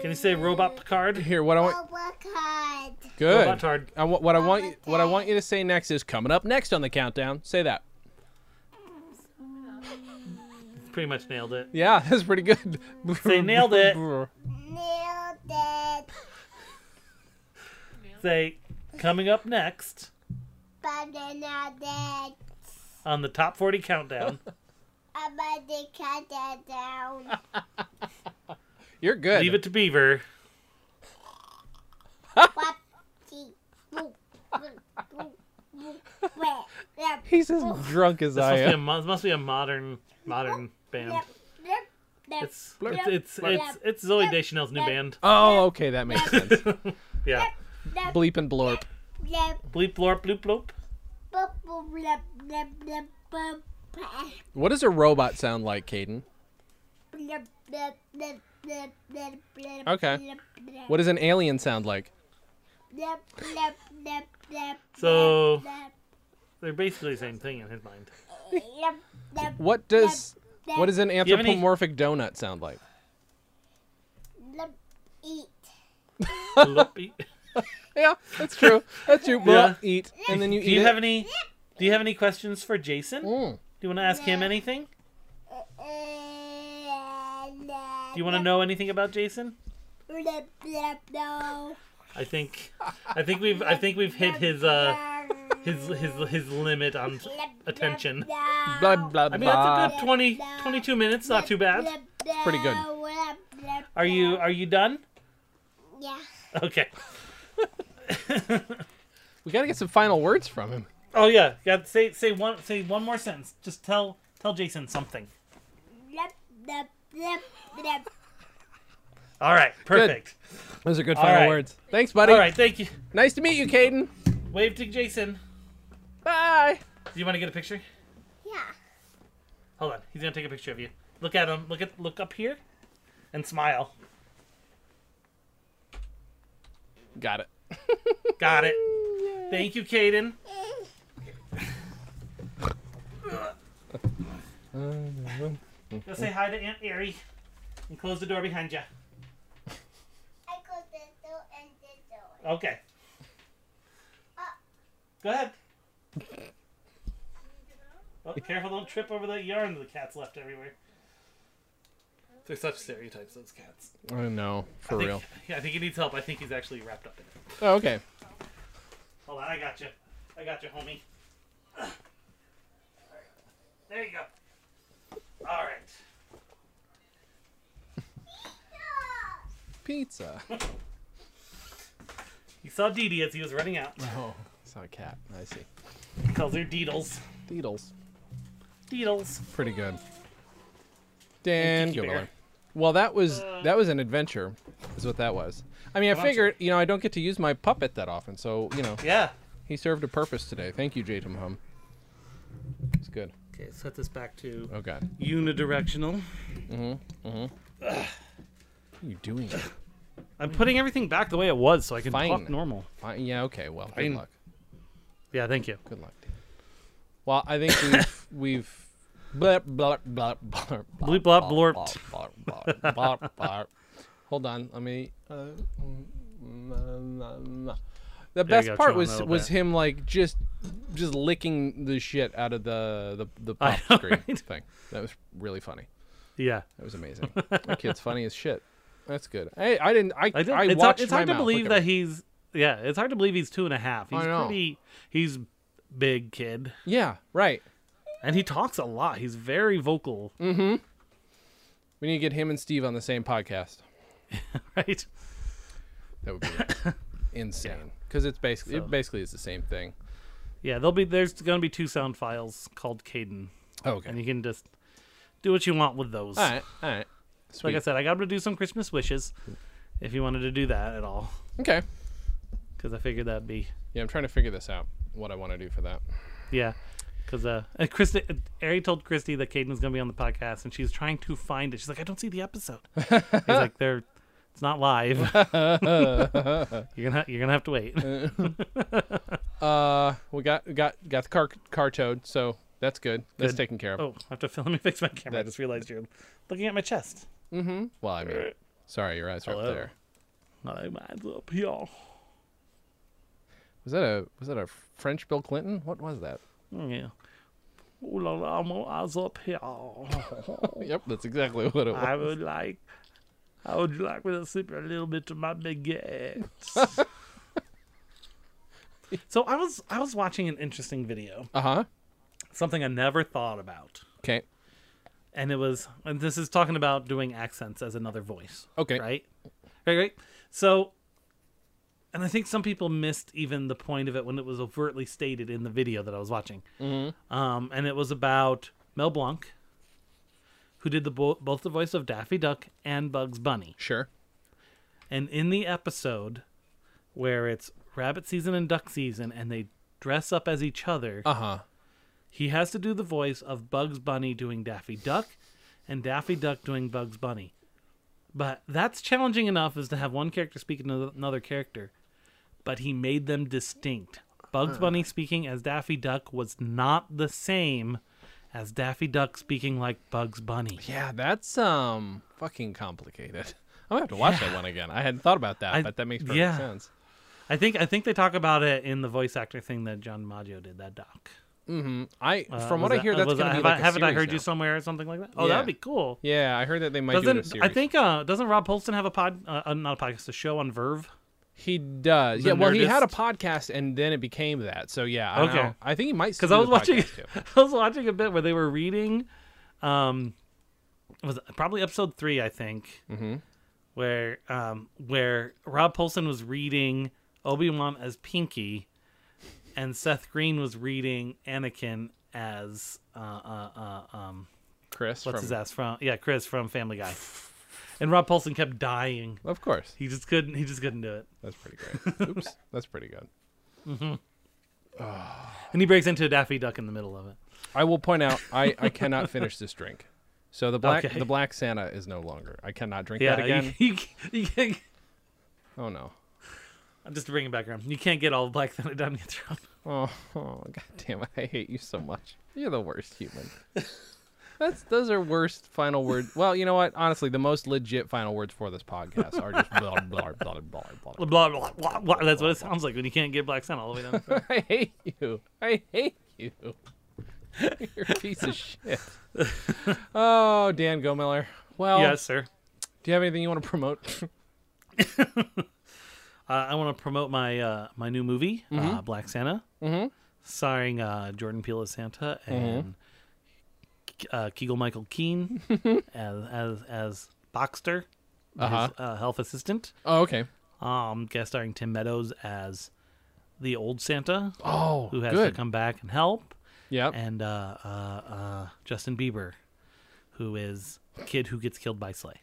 A: Can you say Robot Picard?
E: Here, what I want.
D: Robocard.
E: Good.
A: Robot Tard.
E: I wa- what I want you, what I want you to say next is coming up next on the countdown. Say that.
A: Pretty much nailed it.
E: Yeah, [laughs] that's pretty good.
A: Say, nailed it.
D: Nailed it.
A: Say, coming up next
D: But they're not dead.
A: on the top 40 countdown.
D: I'm about to cut that down.
E: You're good.
A: Leave it to Beaver.
E: He's as drunk as
A: This
E: I
A: must be, a,
E: am.
A: mo- this must be a modern modern band. It's it's it's it's, it's Zoe Deschanel's new band.
E: [laughs] Oh, okay, that makes sense.
A: Yeah.
E: [laughs] Bleep and blorp.
A: Bleep blorp bloop bloop.
E: What does a robot sound like, Caden? Okay. What does an alien sound like?
D: blep, blep, blep, blep,
A: So-
D: blep,
A: They're basically the same thing in his mind.
D: blep, blep, blep,
E: What does
D: blep,
E: what does an
A: have any-
E: anthropomorphic donut sound like?
D: blep, eat.
E: [laughs]
A: Floppy.
E: Yeah,
A: [laughs]
E: that's true. That's you
A: Yeah.
E: eat and then you
A: do
E: eat.
A: you
E: it.
A: have any do you have any questions for Jason? Do
E: Mm.
A: you want to ask him anything? Do you want to know anything about Jason?
D: Blep, blep, no.
A: I think I think we've I think we've hit his uh his his his limit on attention.
E: Blah
D: Blep,
E: blah blah.
A: I mean that's a good 20 22 minutes, not too bad.
D: It's
E: pretty good.
A: Are you are you done?
D: Yeah.
A: Okay.
E: we gotta get some final words from him.
A: Oh yeah, yeah. Say say one say one more sentence. Just tell tell Jason something.
D: Blep, blep, blep, blep.
A: All right, perfect.
E: Those are good
A: All
E: final
A: right.
E: words. Thanks, buddy.
A: All right, thank you.
E: Nice to meet you, Caden.
A: Wave to Jason.
E: Bye.
A: Do you want to get a picture?
D: Yeah.
A: Hold on, he's gonna take a picture of you. Look at him. Look at look up here, and smile.
E: Got it.
A: Got it. Thank you, Caden. Go say hi to Aunt Airy, and close the door behind you.
D: I close the door and the door.
A: Okay. Go ahead. Oh, careful, don't trip over that yarn the cat's left everywhere. They're such stereotypes, those cats.
E: Oh no, for
A: I think-
E: real.
A: Yeah, I think he needs help. I think he's actually wrapped up in it.
E: Oh, okay.
A: Hold on, I got you. I got you, homie. There you go. All right.
E: Pizza.
A: He saw Dee Dee as he was running out.
E: Oh, saw a cat. I see.
A: He calls her Deedles.
E: Deedles.
A: Deedles.
E: Pretty good. Dan
A: Thank you,
E: Gilliland.
A: Bear.
E: Well, that was that was an adventure, is what that was. I mean, I figured you know I don't get to use my puppet that often, so you know
A: Yeah.
E: he served a purpose today. Thank you, Jatum Hum. It's good.
A: Okay, set this back to
E: Oh God,
A: unidirectional.
E: what are you doing?
A: I'm putting everything back the way it was so I can
E: Fine.
A: talk normal.
E: Fine. Yeah. Okay. Well, good
A: Fine.
E: luck.
A: Yeah, thank you.
E: Good luck. Dan. Well, I think
A: [laughs]
E: we've we've. Blurp, blurp, blurp, blurp,
A: Bleep, blop, blorped.
E: blurp, blurp, blurp, blurp. Hold on, let me. Uh, mm, mm, mm, mm.
A: There you
E: the best
A: go,
E: part
A: chill
E: was
A: out a
E: was
A: bit.
E: him like just just licking the shit out of the the, the
A: [laughs] I
E: pop
A: know,
E: screen
A: right?
E: thing. That was really funny.
A: Yeah.
E: That was amazing. that kid's funny as shit. That's good. Hey, I didn't. I
A: I did,
E: I
A: it's, hard,
E: watched
A: it's
E: my
A: hard to
E: mouth. Look
A: believe
E: at
A: that
E: me.
A: he's yeah. It's hard to believe he's two and a half. He's
E: I know.
A: pretty. He's big kid,
E: Yeah. Right.
A: and he talks a lot. He's very vocal,
E: Mm. We need to get him and Steve on the same podcast.
A: [laughs] right?
E: That would be [laughs] insane because it's basically
A: So-
E: it basically is the same thing.
A: Yeah, there'll be there's gonna be two sound files called Caden,
E: Okay.
A: and you can just do what you want with those.
E: all right. All right.
A: Like I
E: Sweet.
A: said, I got him to do some Christmas wishes, if you wanted to do that at all,
E: Okay.
A: because I figured that'd be
E: Yeah, I'm trying to figure this out. What I want to do for that.
A: Yeah, because uh, and Christy, uh, Ari told Christy that Caden was gonna be on the podcast, and she's trying to find it. She's like, I don't see the episode. He's like, they're, it's not [laughs] live. you're gonna you're gonna have to wait.
E: Uh, we got we got got the car car towed, so that's good. That's
A: Good.
E: taken care of.
A: oh, I have to let me [laughs] fix my camera. I
E: That's-
A: just realized you're looking at my chest.
E: Well, I mean, sorry, your eyes are up
A: Hello.
E: there.
A: My mind's up here.
E: Was that a was that a French Bill Clinton? What was that?
A: Mm, Yeah. Ooh la la, my eyes up here. [laughs]
E: Yep, that's exactly what it was.
A: I would like, I would like me to slip a little bit to my baguette. [laughs] so I was I was watching an interesting video,
E: Uh huh.
A: something I never thought about,
E: Okay.
A: and it was and this is talking about doing accents as another voice,
E: Okay.
A: right? Right, right. So, and I think some people missed even the point of it when it was overtly stated in the video that I was watching. Um, and it was about Mel Blanc, who did the bo- both the voice of Daffy Duck and Bugs Bunny.
E: Sure.
A: And in the episode where it's rabbit season and duck season and they dress up as each other,
E: Uh huh.
A: he has to do the voice of Bugs Bunny doing Daffy Duck and Daffy Duck doing Bugs Bunny. But that's challenging enough as to have one character speak to another- another character. but he made them distinct. Bugs Bunny speaking as Daffy Duck was not the same as Daffy Duck speaking like Bugs Bunny.
E: Yeah, that's um fucking complicated. [laughs] I'm gonna have to watch that one again. I hadn't thought about that,
A: I-
E: but that makes perfect
A: yeah.
E: sense.
A: I think I think they talk about it in the voice actor thing that John DiMaggio did that doc.
E: hmm I
A: Uh,
E: from
A: was
E: what I
A: that-
E: hear, that's
A: was
E: gonna
A: that-
E: be
A: have
E: like
A: I,
E: a
A: haven't I
E: series
A: heard you
E: now.
A: somewhere or something like that? Oh,
E: Yeah.
A: that'd be cool.
E: Yeah, I heard that they might do it in a
A: doesn't
E: series.
A: I think uh, doesn't Rob Polston have a pod? Uh, uh, not a podcast, a show on Verve.
E: he does.
A: The
E: Yeah, well, he had a
A: Nerdist?
E: podcast, and then it became that. So yeah, I
A: Okay.
E: know. I think he might
A: because
E: still
A: I
E: do
A: was
E: the
A: watching
E: podcast,
A: [laughs]
E: too.
A: I was watching a bit where they were reading um was it probably episode three I think
E: Mhm.
A: where um where Rob Polson was reading Obi Wan as Pinky and Seth Green was reading Anakin as uh uh, uh um
E: Chris.
A: what's
E: from,
A: his ass from yeah Chris from Family
E: [laughs]
A: Guy and Rob Polson kept dying
E: Of course,
A: he just couldn't he just couldn't do it
E: that's
A: [laughs]
E: pretty great. Oops, that's pretty good.
A: and he breaks into a Daffy Duck in the middle of it
E: I will point out, I I cannot finish this drink. So the black
A: Okay.
E: the black Santa is no longer. I cannot drink
A: yeah
E: that again.
A: [laughs] you, you, you can't
E: Oh no.
A: just to bring it back around you can't get all black thunder down your throat. [laughs]
E: Oh, oh [laughs] god damn it, I hate you so much. You're the worst human. That's those are worst final words. Well, you know what? Honestly, the most legit final words for this podcast are just blah blah blah blah blah. blah.
A: blah, blah, blah, blah. That's what it sounds like when you can't get Black Sun all the way down. the throat.
E: [laughs] I hate you. I hate you. [laughs] You're a piece of [laughs] shit. Oh, Dan Gomiller.
A: [laughs]
E: Well,
A: yes, sir.
E: do you have anything you want to promote? [laughs]
A: Uh, I want to promote my uh, my new movie, uh, Black Santa, mm-hmm. starring uh, Jordan Peele as Santa and uh, Kegel Michael [laughs] Keane as as as Boxster,
E: Uh-huh.
A: his uh, health assistant.
E: Oh, okay.
A: Um, guest starring Tim Meadows as the old Santa
E: Oh,
A: who has
E: good.
A: to come back and help.
E: Yep.
A: and uh, uh, uh, Justin Bieber, who is kid who gets killed by sleigh.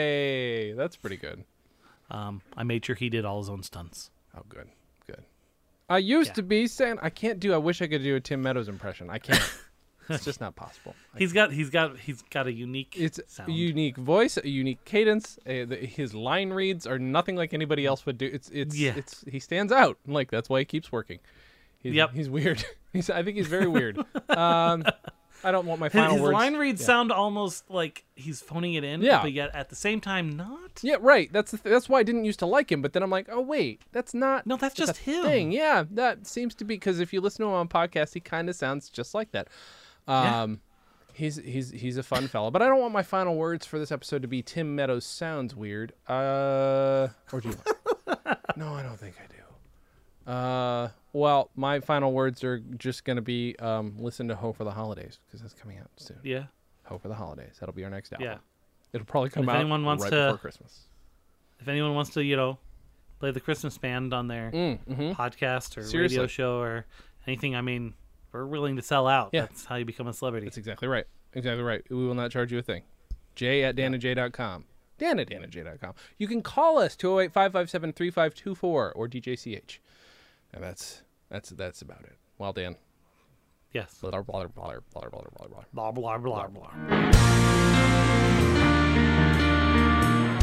E: Yay. That's pretty good.
A: Um, I made sure he did all his own stunts.
E: Oh, good, good. I used
A: Yeah.
E: to be saying I can't do. I wish I could do a Tim Meadows impression. I can't.
A: [laughs]
E: it's just not possible. I-
A: He's got he's got he's got a unique
E: It's
A: sound.
E: a unique voice, a unique cadence. uh the, his line reads are nothing like anybody else would do. It's it's
A: Yeah.
E: it's he stands out. Like that's why he keeps working. He's,
A: Yep.
E: He's weird. [laughs] he's I think he's very weird. um, I don't want my
A: his
E: final
A: his
E: words.
A: line reads sound almost like he's phoning it in,
E: Yeah.
A: but yet at the same time not.
E: yeah, right. That's the th- that's why I didn't used to like him, but then I'm like, oh wait, that's not
A: No, that's just him.
E: thing. Yeah, that seems to be because if you listen to him on podcast, he kind of sounds just like that. Um, he's he's he's a fun fellow. But I don't want my final words for this episode to be Tim Meadows sounds weird. Uh, or do you?
A: [laughs]
E: want- no, I don't think I do. Uh, well, my final words are just gonna be um, listen to Ho for the Holidays because that's coming out soon.
A: Yeah,
E: Ho for the Holidays. That'll be our next album.
A: yeah.
E: It'll probably come
A: if
E: out
A: anyone wants
E: right
A: to-
E: before Christmas.
A: If anyone wants to, you know, play the Christmas band on their
E: Mm-hmm.
A: podcast or
E: Seriously.
A: radio show or anything, I mean, we're willing to sell out.
E: Yeah.
A: That's how you become a celebrity.
E: That's exactly right. Exactly right. We will not charge you a thing. J at danaj.com. Dan at danaj.com. You can call us 208 557 3524 or DJCH. And that's that's that's about it. Well, Dan.
A: yes.
E: Blah, blah, blah, blah, blah, blah, blah, blah.
A: Blah blah blah blah.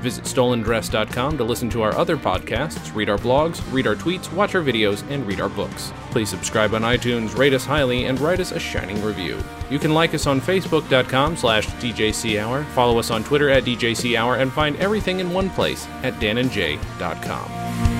E: Visit stolendress.com to listen to our other podcasts, read our blogs, read our tweets, watch our videos, and read our books. Please subscribe on iTunes, rate us highly, and write us a shining review. You can like us on facebook.com slash djchour, follow us on Twitter at djchour, and find everything in one place at danandjay.com.